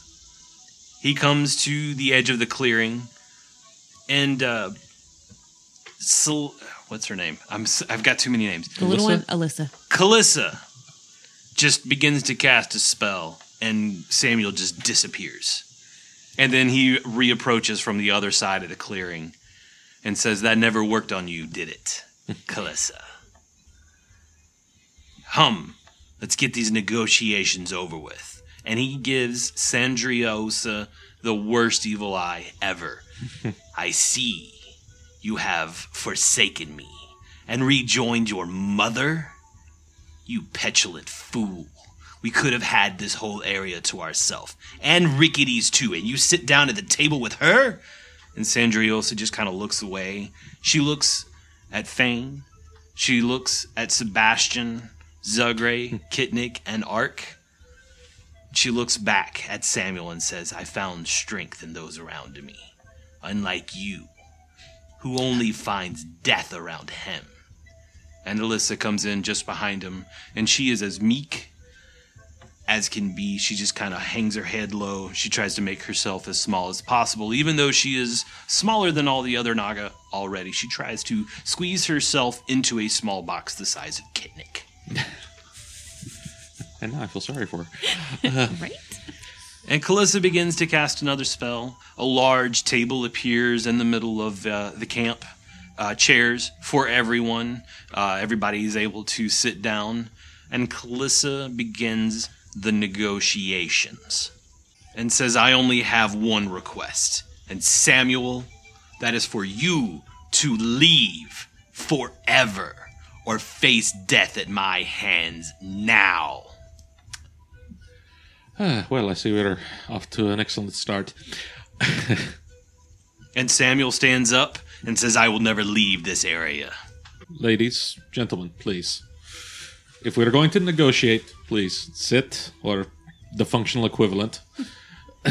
He comes to the edge of the clearing, and uh, Sel- what's her name? I'm s- I've got too many names. The little one, Alyssa. Kalissa just begins to cast a spell, and Samuel just disappears. And then he reapproaches from the other side of the clearing and says, That never worked on you, did it, Kalissa? Hum, let's get these negotiations over with. And he gives Sandriosa the worst evil eye ever. I see you have forsaken me and rejoined your mother. You petulant fool. We could have had this whole area to ourselves. And Rickety's too, and you sit down at the table with her? And Sandriosa just kind of looks away. She looks at Fane. She looks at Sebastian, Zugray, Kitnik, and Ark. She looks back at Samuel and says, I found strength in those around me. Unlike you, who only finds death around him. And Alyssa comes in just behind him, and she is as meek as can be. She just kind of hangs her head low. She tries to make herself as small as possible, even though she is smaller than all the other Naga already. She tries to squeeze herself into a small box the size of Kitnik. And now I feel sorry for her. Right? And Kalissa begins to cast another spell. A large table appears in the middle of uh, the camp. Uh, chairs for everyone. Uh, everybody is able to sit down. And Kalissa begins the negotiations and says, I only have one request. And Samuel, that is for you to leave forever or face death at my hands now. Ah, well, I see we're off to an excellent start. And Samuel stands up and says, I will never leave this area. Ladies, gentlemen, please. If we're going to negotiate, please sit or the functional equivalent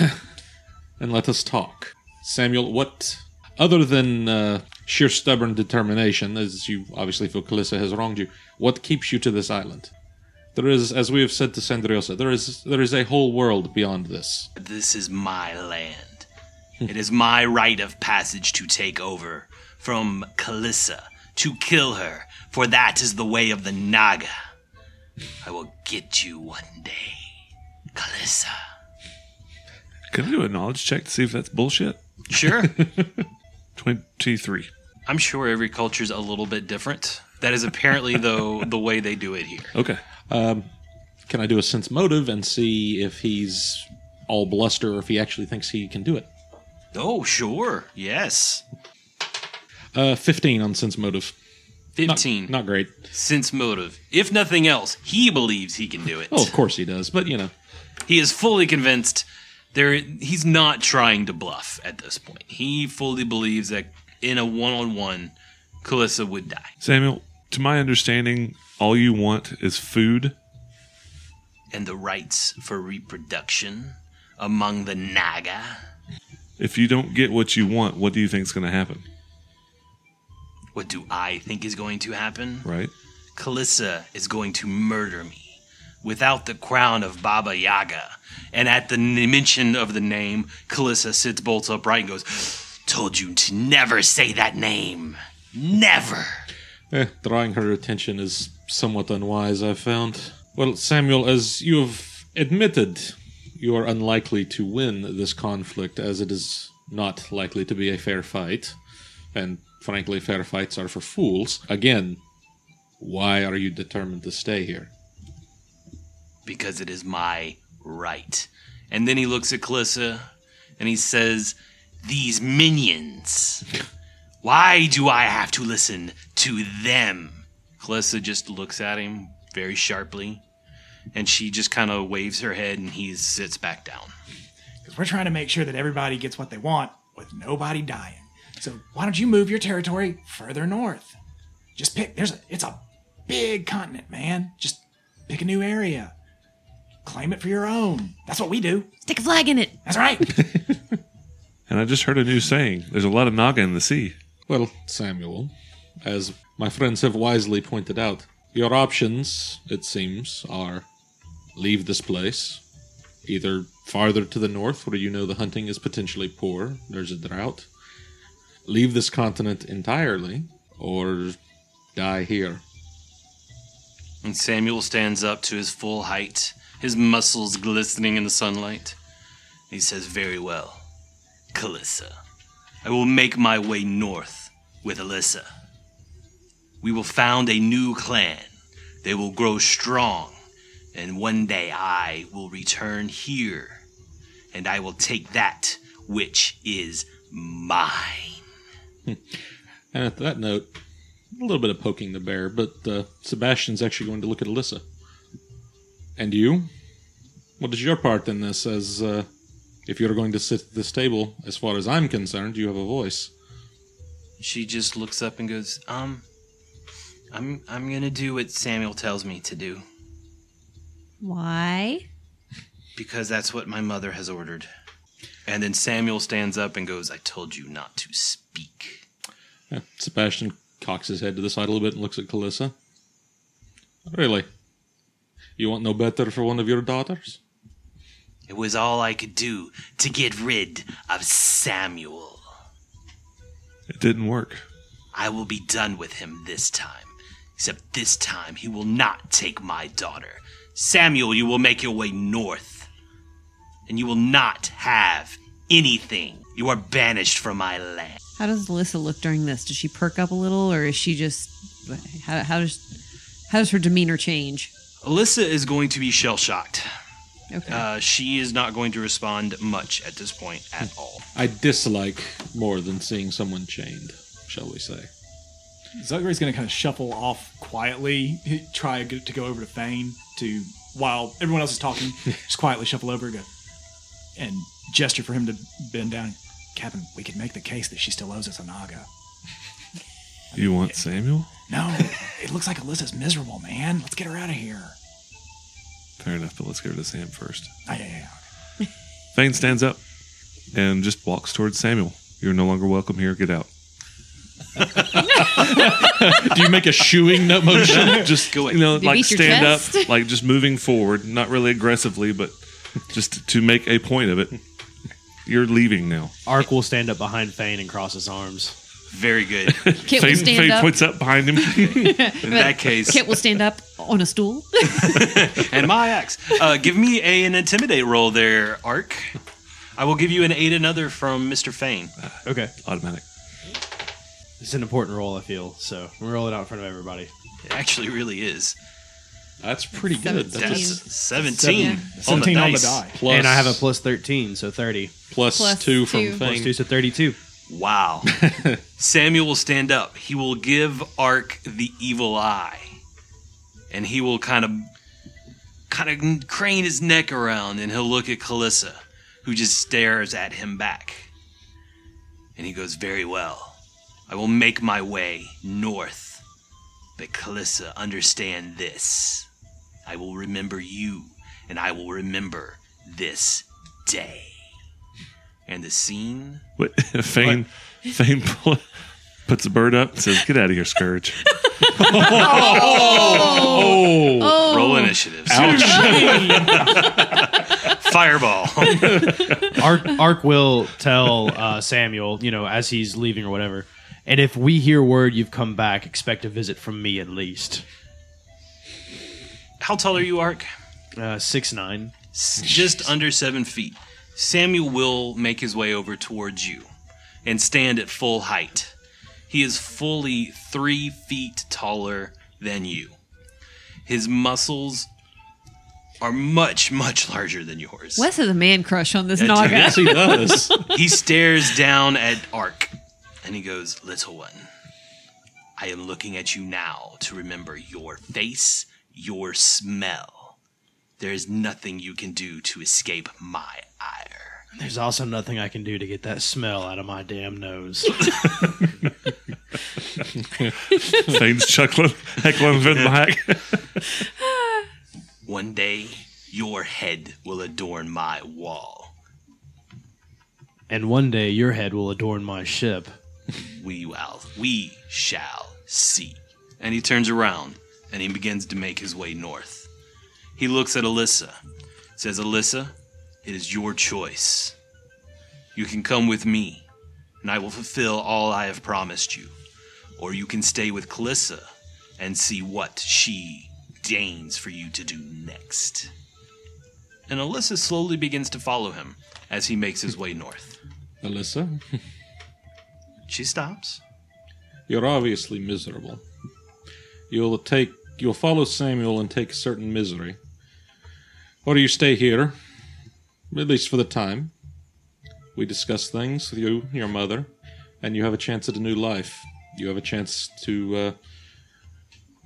and let us talk. Samuel, what other than uh, sheer stubborn determination, as you obviously feel Calissa has wronged you, what keeps you to this island? There is, as we have said to Sandriosa, there is there is a whole world beyond this. This is my land. it is my rite of passage to take over from Kalissa, to kill her, for that is the way of the Naga. I will get you one day, Kalissa. Can I do a knowledge check to see if that's bullshit? Sure. 23. I'm sure every culture's a little bit different. That is apparently, though, the way they do it here. Okay. Can I do a sense motive and see if he's all bluster or if he actually thinks he can do it? Oh, sure. Yes. Uh, 15 on sense motive. Not- 15. Not, great. Sense motive. If nothing else, he believes he can do it. Oh, of course he does, but you know. He is fully convinced there he's not trying to bluff at this point. He fully believes that in a one-on-one Calissa would die. Samuel, to my understanding, all you want is food. And the rights for reproduction among the Naga. If you don't get what you want, what do you think's going to happen? What do I think is going to happen? Right? Kalissa is going to murder me without the crown of Baba Yaga. And at the n- mention of the name, Kalissa sits bolt upright and goes, Told you to never say that name. Never. Eh, drawing her attention is somewhat unwise, I've found. Well, Samuel, as you have admitted, you are unlikely to win this conflict, as it is not likely to be a fair fight. And frankly, fair fights are for fools. Again, why are you determined to stay here? because it is my right. And then he looks at Calissa and he says, These minions. Why do I have to listen to them? Calissa just looks at him very sharply and she just kind of waves her head and he sits back down. Because we're trying to make sure that everybody gets what they want with nobody dying. So why don't you move your territory further north? Just pick. There's a. It's a big continent, man. Just pick a new area. Claim it for your own. That's what we do. Stick a flag in it. That's right. And I just heard a new saying. There's a lot of Naga in the sea. Well, Samuel, as my friends have wisely pointed out, your options, it seems, are leave this place, either farther to the north, where you know the hunting is potentially poor, there's a drought, leave this continent entirely, or die here. And Samuel stands up to his full height, his muscles glistening in the sunlight. He says, Very well, Calissa. I will make my way north with Alyssa. We will found a new clan. They will grow strong, and one day I will return here, and I will take that which is mine. And at that note, a little bit of poking the bear, but uh, Sebastian's actually going to look at Alyssa. And you? What is your part in this? As uh, if you're going to sit at this table, as far as I'm concerned, you have a voice. She just looks up and goes, "Um, I'm I'm gonna do what Samuel tells me to do Why? because that's what my mother has ordered." And then Samuel stands up and goes, "I told you not to speak." Yeah, Uh, Sebastian cocks his head to the side a little bit and looks at Calissa. Really? You want no better for one of your daughters? It was all I could do to get rid of Samuel. It didn't work. I will be done with him this time. Except this time, he will not take my daughter. Samuel, you will make your way north. And you will not have anything. You are banished from my land. How does Alyssa look during this? Does she perk up a little, or is she just how, how does how does her demeanor change? Alyssa is going to be shell shocked. Okay. Uh, she is not going to respond much at this point at all. I dislike more than seeing someone chained, shall we say. Zugre's going to kind of shuffle off quietly, try to go over to Fane to, while everyone else is talking, just quietly shuffle over and go, and gesture for him to bend down. Captain, we can make the case that she still owes us a Naga. You want Samuel? No, it looks like Alyssa's miserable, man. Let's get her out of here. Fair enough, but let's go to Sam first. Ah, yeah, yeah, yeah. Fane stands up and just walks towards Samuel. You're no longer welcome here. Get out. Do you make a shooing no motion? just go you know, They like beat your stand chest? up, like just moving forward, not really aggressively, but just to make a point of it. You're leaving now. Ark will stand up behind Fane and cross his arms. Very good. Kit will stand up. points up behind him. In that case, Kit will stand up on a stool. and my axe. Uh, give me a, an intimidate roll there, Ark. I will give you an eight another from Mr. Fane. Okay. Automatic. It's an important role, I feel. So we roll it out in front of everybody. It actually really is. That's pretty good. That's That's a 17, on, 17 the on the dice. die. plus, And I have a plus 13, so 30. plus, Plus two from two. Plus Fang. 2, so 32. Wow. Samuel will stand up. He will give Ark the evil eye. And he will kind of kind of crane his neck around and he'll look at Calissa, who just stares at him back. And he goes, Very well. I will make my way north. But Calissa, understand this. I will remember you, and I will remember this day. And the scene What? Fane, Fane pull- puts a bird up and says, Get out of here, Scourge. Roll initiatives. Fireball. Ark, Ark will tell uh, Samuel, you know, as he's leaving or whatever. And if we hear word you've come back, expect a visit from me at least. How tall are you, Ark? Uh, six nine. S- Just under seven feet. Samuel will make his way over towards you and stand at full height. He is fully three feet taller than you. His muscles are much, much larger than yours. Wes has a man crush on this Naga. Yes, he does. he stares down at Ark and he goes, Little one, I am looking at you now to remember your face, your smell. There is nothing you can do to escape my ire. There's also nothing I can do to get that smell out of my damn nose. Thane's chuckling, heckling Vin back. One day, your head will adorn my wall. and one day your head will adorn my ship. We will. We shall see. And he turns around and he begins to make his way north. He looks at Alyssa. Says, Alyssa, it is your choice. You can come with me, and I will fulfill all I have promised you. Or you can stay with Calissa and see what she deigns for you to do next. And Alyssa slowly begins to follow him as he makes his way north. Alyssa, She stops. you're obviously miserable. You'll take, you'll follow Samuel and take a certain misery, or you stay here, at least for the time. We discuss things with you, your mother, and you have a chance at a new life. You have a chance to uh,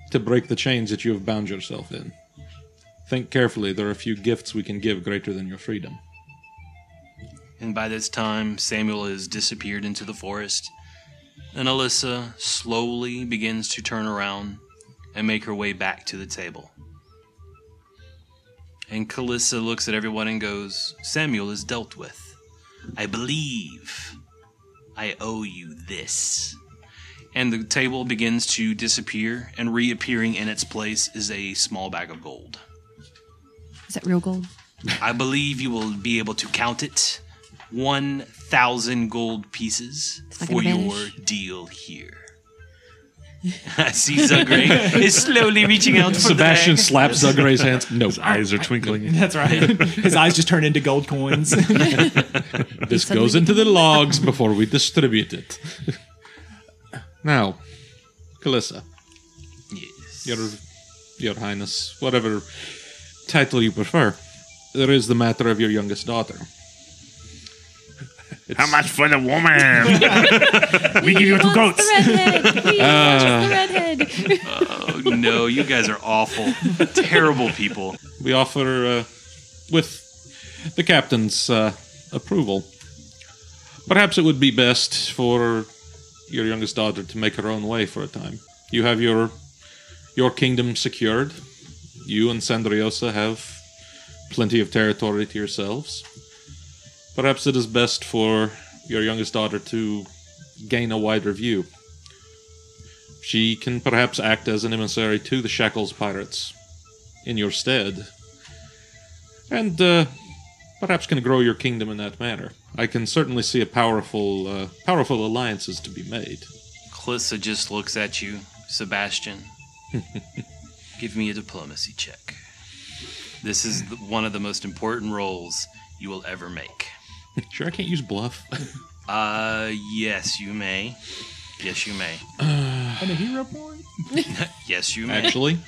to break the chains that you have bound yourself in. Think carefully. There are few gifts we can give greater than your freedom. And by this time, Samuel has disappeared into the forest, and Alyssa slowly begins to turn around and make her way back to the table. And Calissa looks at everyone and goes, Samuel is dealt with. I believe I owe you this. And the table begins to disappear, and reappearing in its place is a small bag of gold. Is that real gold? I believe you will be able to count it. 1,000 gold pieces not for gonna your vanish. deal here. I see Zugray is slowly reaching out for Sebastian the slaps Zagray's hands. No, Eyes are twinkling. That's right. His eyes just turn into gold coins. This goes into the logs before we distribute it. now, Calissa, bag. Yes. your your highness, whatever title you prefer, there is the matter of your youngest daughter. How much for the woman? we give you two goats. Uh. The redhead. Please, the redhead. Oh, no, you guys are awful. Terrible people. We offer, uh, with the captain's uh, approval, perhaps it would be best for your youngest daughter to make her own way for a time. You have your your kingdom secured. You and Sandriosa have plenty of territory to yourselves. Perhaps it is best for your youngest daughter to gain a wider view. She can perhaps act as an emissary to the Shackles pirates in your stead, and uh, perhaps can grow your kingdom in that manner. I can certainly see a powerful, uh, powerful alliances to be made. Calissa just looks at you, Sebastian. Give me a diplomacy check. This is the, one of the most important roles you will ever make. Sure, I can't use bluff. Uh, yes, you may. Yes, you may. And a hero point. Yes, you may. Actually,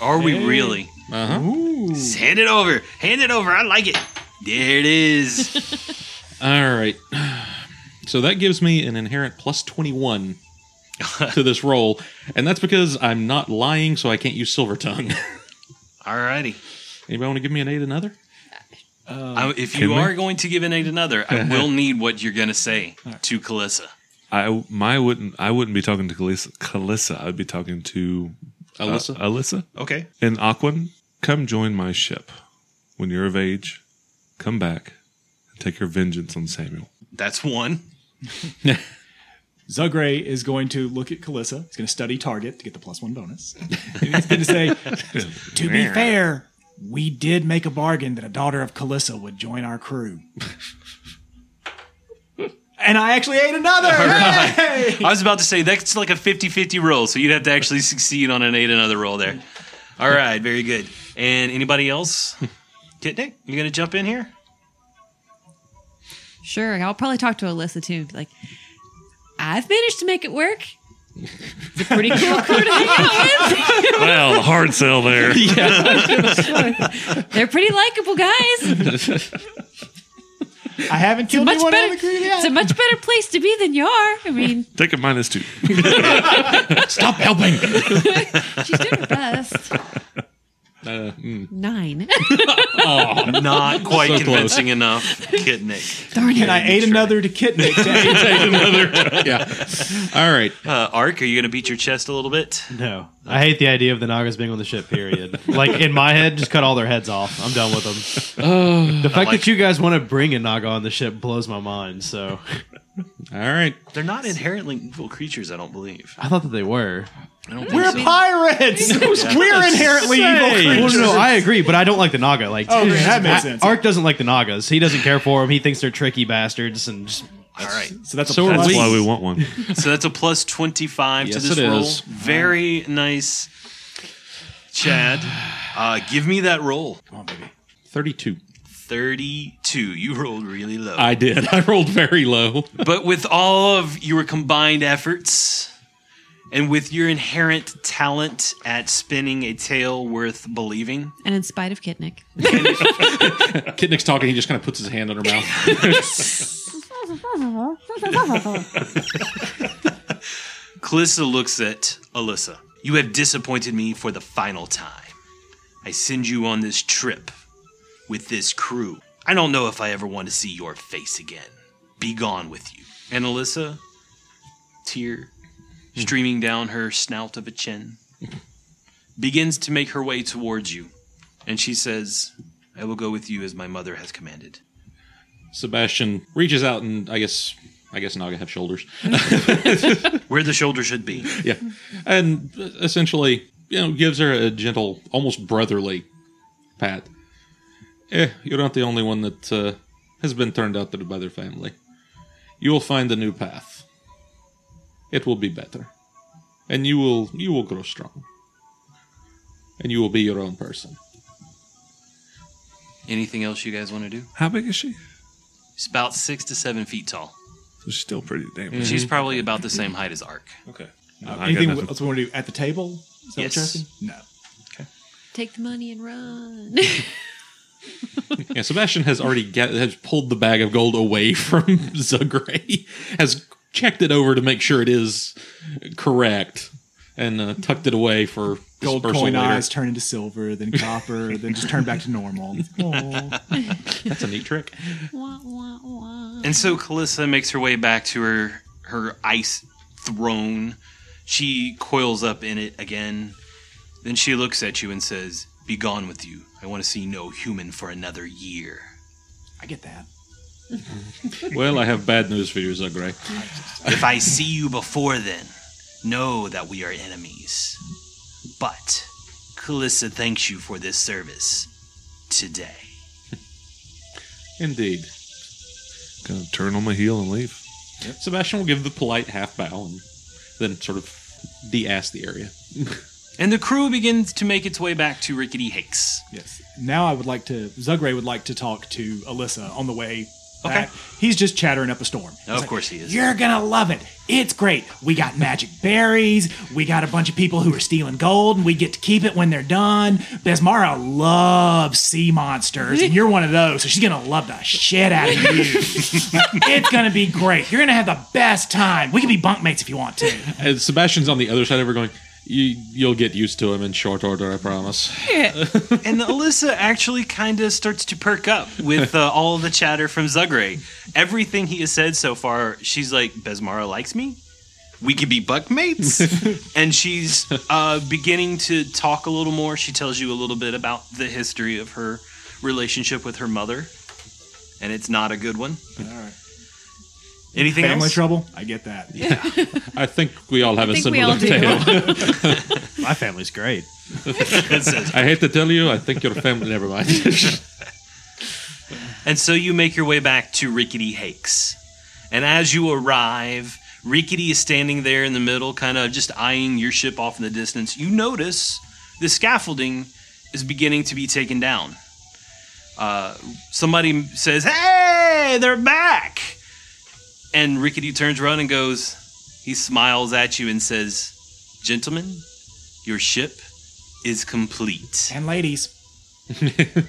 Are we really? Ooh. Just hand it over. Hand it over. I like it. There it is. all right. So that gives me an inherent plus twenty-one to this roll, and that's because I'm not lying, so I can't use silver tongue. Alrighty. Anybody want to give me an eight another? I, Uh, if you Can we? are going to give an eight another, I will need what you're going to say to Calissa. I my wouldn't I wouldn't be talking to Calissa. Calissa I'd be talking to uh, Alyssa? Alyssa Okay. and Aquan. Come join my ship when you're of age. Come back and take your vengeance on Samuel. That's one. Zugray is going to look at Kalissa. He's going to study Target to get the plus one bonus. He's going to say, "To be fair, we did make a bargain that a daughter of Kalissa would join our crew." and I actually ate another. Hey! I was about to say that's like a 50 50 roll, so you'd have to actually succeed on an eight another roll there. All right. Very good. And anybody else? Kitnick, you going to jump in here? Sure, I'll probably talk to Alyssa too. and be like, I've managed to make it work. It's a pretty cool crew to hang out with. Well, hard sell there. They're pretty likable guys. I haven't killed Much anyone on better. the crew It's a yet. much better place to be than you are. I mean, Take a minus two. Stop helping. she's doing her best. Nine. Not quite So close. convincing enough, Kitnick. Darn it. And I ate another to Kitnick to Take another. yeah. All right. Uh, Ark, are you going to beat your chest a little bit? No, I hate the idea of the Nagas being on the ship. Period. like in my head, just cut all their heads off. I'm done with them. the fact like- that you guys want to bring a Naga on the ship blows my mind. So All right. They're not inherently evil creatures, I don't believe. I thought that they were. I don't We're think so. pirates. We're inherently evil Well, creatures. no, I agree, but I don't like the Naga. Like, Oh, yeah, that makes I- sense. Ark doesn't like the Nagas. He doesn't care for them. He thinks they're tricky bastards. And just, All right. so that's a So are plus. That's why we want one. So that's a plus 25 Yes, to this it roll. is. Very nice, Chad. Uh, give me that roll. 32. 32. You rolled really low. I did. I rolled very low. but with all of your combined efforts and with your inherent talent at spinning a tale worth believing, And in spite of Kitnick. Kidnick's talking. He just kind of puts his hand on her mouth. Calissa looks at Alyssa. You have disappointed me for the final time. I send you on this trip with this crew. I don't know if I ever want to see your face again. Be gone with you. And Alyssa, tear streaming down her snout of a chin, begins to make her way towards you. And she says, I will go with you as my mother has commanded. Sebastian reaches out and I guess I guess Naga have shoulders. Where the shoulder should be. yeah. And essentially, you know, gives her a gentle, almost brotherly pat. Eh, you're not the only one that uh, has been turned out to by their family. You will find a new path. It will be better. And you will you will grow strong. And you will be your own person. Anything else you guys want to do? How big is she? She's about six to seven feet tall. She's still pretty damn. She's probably about the same height as Ark. Okay. Anything else we want to do at the table? Is that Yes. what you're asking? No. Take the money and run. Yeah, Sebastian has already get, has pulled the bag of gold away from Zagray, has checked it over to make sure it is correct, and uh, tucked it away for Gold dispersal coin later. eyes turn into silver, then copper, then just turn back to normal. Oh. That's a neat trick. wah, wah, wah. And so Calissa makes her way back to her her ice throne. She coils up in it again. Then she looks at you and says, "Be gone with you. I want to see no human for another year." I get that. Well, I have bad news for you, Zagray. If I see you before then, know that we are enemies. But Calissa thanks you for this service today. Indeed. Gonna turn on my heel and leave. Sebastian will give the polite half bow and then sort of de-ass the area. And the crew begins to make its way back to Rickety Hicks. Yes. Now I would like to. Zugray would like to talk to Alyssa on the way. Okay. Back. He's just chattering up a storm. He's Of course he is. You're gonna love it. It's great. We got magic berries. We got a bunch of people who are stealing gold, and we get to keep it when they're done. Besmara loves sea monsters, and you're one of those, so she's gonna love the shit out of you. it's gonna be great. You're gonna have the best time. We can be bunkmates if you want to. And Sebastian's on the other side of her going, you, you'll get used to him in short order, I promise. And Alyssa actually kind of starts to perk up with uh, all the chatter from Zugray. Everything he has said so far, she's like, Besmara likes me. We could be buckmates. and she's uh, beginning to talk a little more. She tells you a little bit about the history of her relationship with her mother. And it's not a good one. All right. Anything Family else? trouble? I get that. I think we all have a think we similar all do. tale. my family's great. It says- I hate to tell you, I think your family. Never mind. And so you make your way back to Rickety Hakes. And as you arrive, Rickety is standing there in the middle, kind of just eyeing your ship off in the distance. You notice the scaffolding is beginning to be taken down. Uh, somebody says, Hey, they're back! And Rickety turns around and goes, He smiles at you and says, Gentlemen, your ship is complete. And ladies,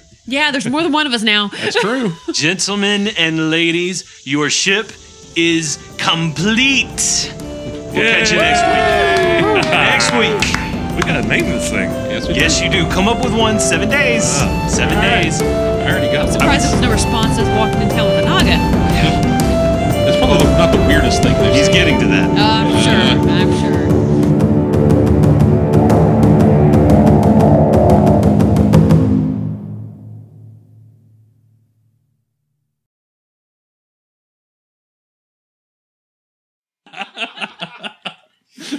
Yeah, there's more than one of us now. That's true. Gentlemen and ladies, your ship is complete. We'll catch you next week. next week. We gotta name this thing. Yes, we Yes, you do. Come up with one. Seven days. Seven days. do. I already got one. Surprised there was no response as walking in town with a naga. That's probably the- not the weirdest thing they've He's seen. getting to that. I'm sure. I'm sure.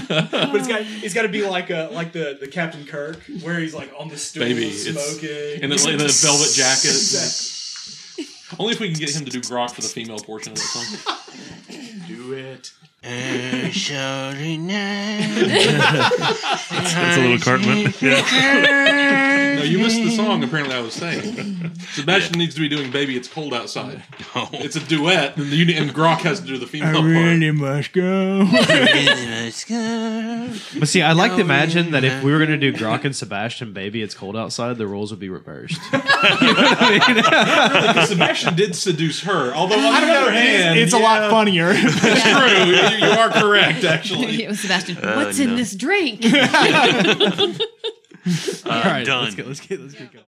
But it's got it's got to be like a like the the Captain Kirk where he's like on the stool Baby, it's smoking. and it's like the velvet jacket. Exactly. Only if we can get him to do grok for the female portion of that song. do it. That's a little Cartman. yeah. No, you missed the song. Apparently, I was saying Sebastian needs to be doing "Baby, It's Cold Outside." It's a duet, and, the, and Grok has to do the female part. must go. But see, I'd like to imagine that if we were going to do Grok and Sebastian, baby, it's cold outside, the roles would be reversed. Sebastian did seduce her, although on the other hand, it's a lot funnier. it's true. You, you are correct, actually. It was Sebastian. What's in no. this drink? All right, done. Let's get, let's get, let's get going.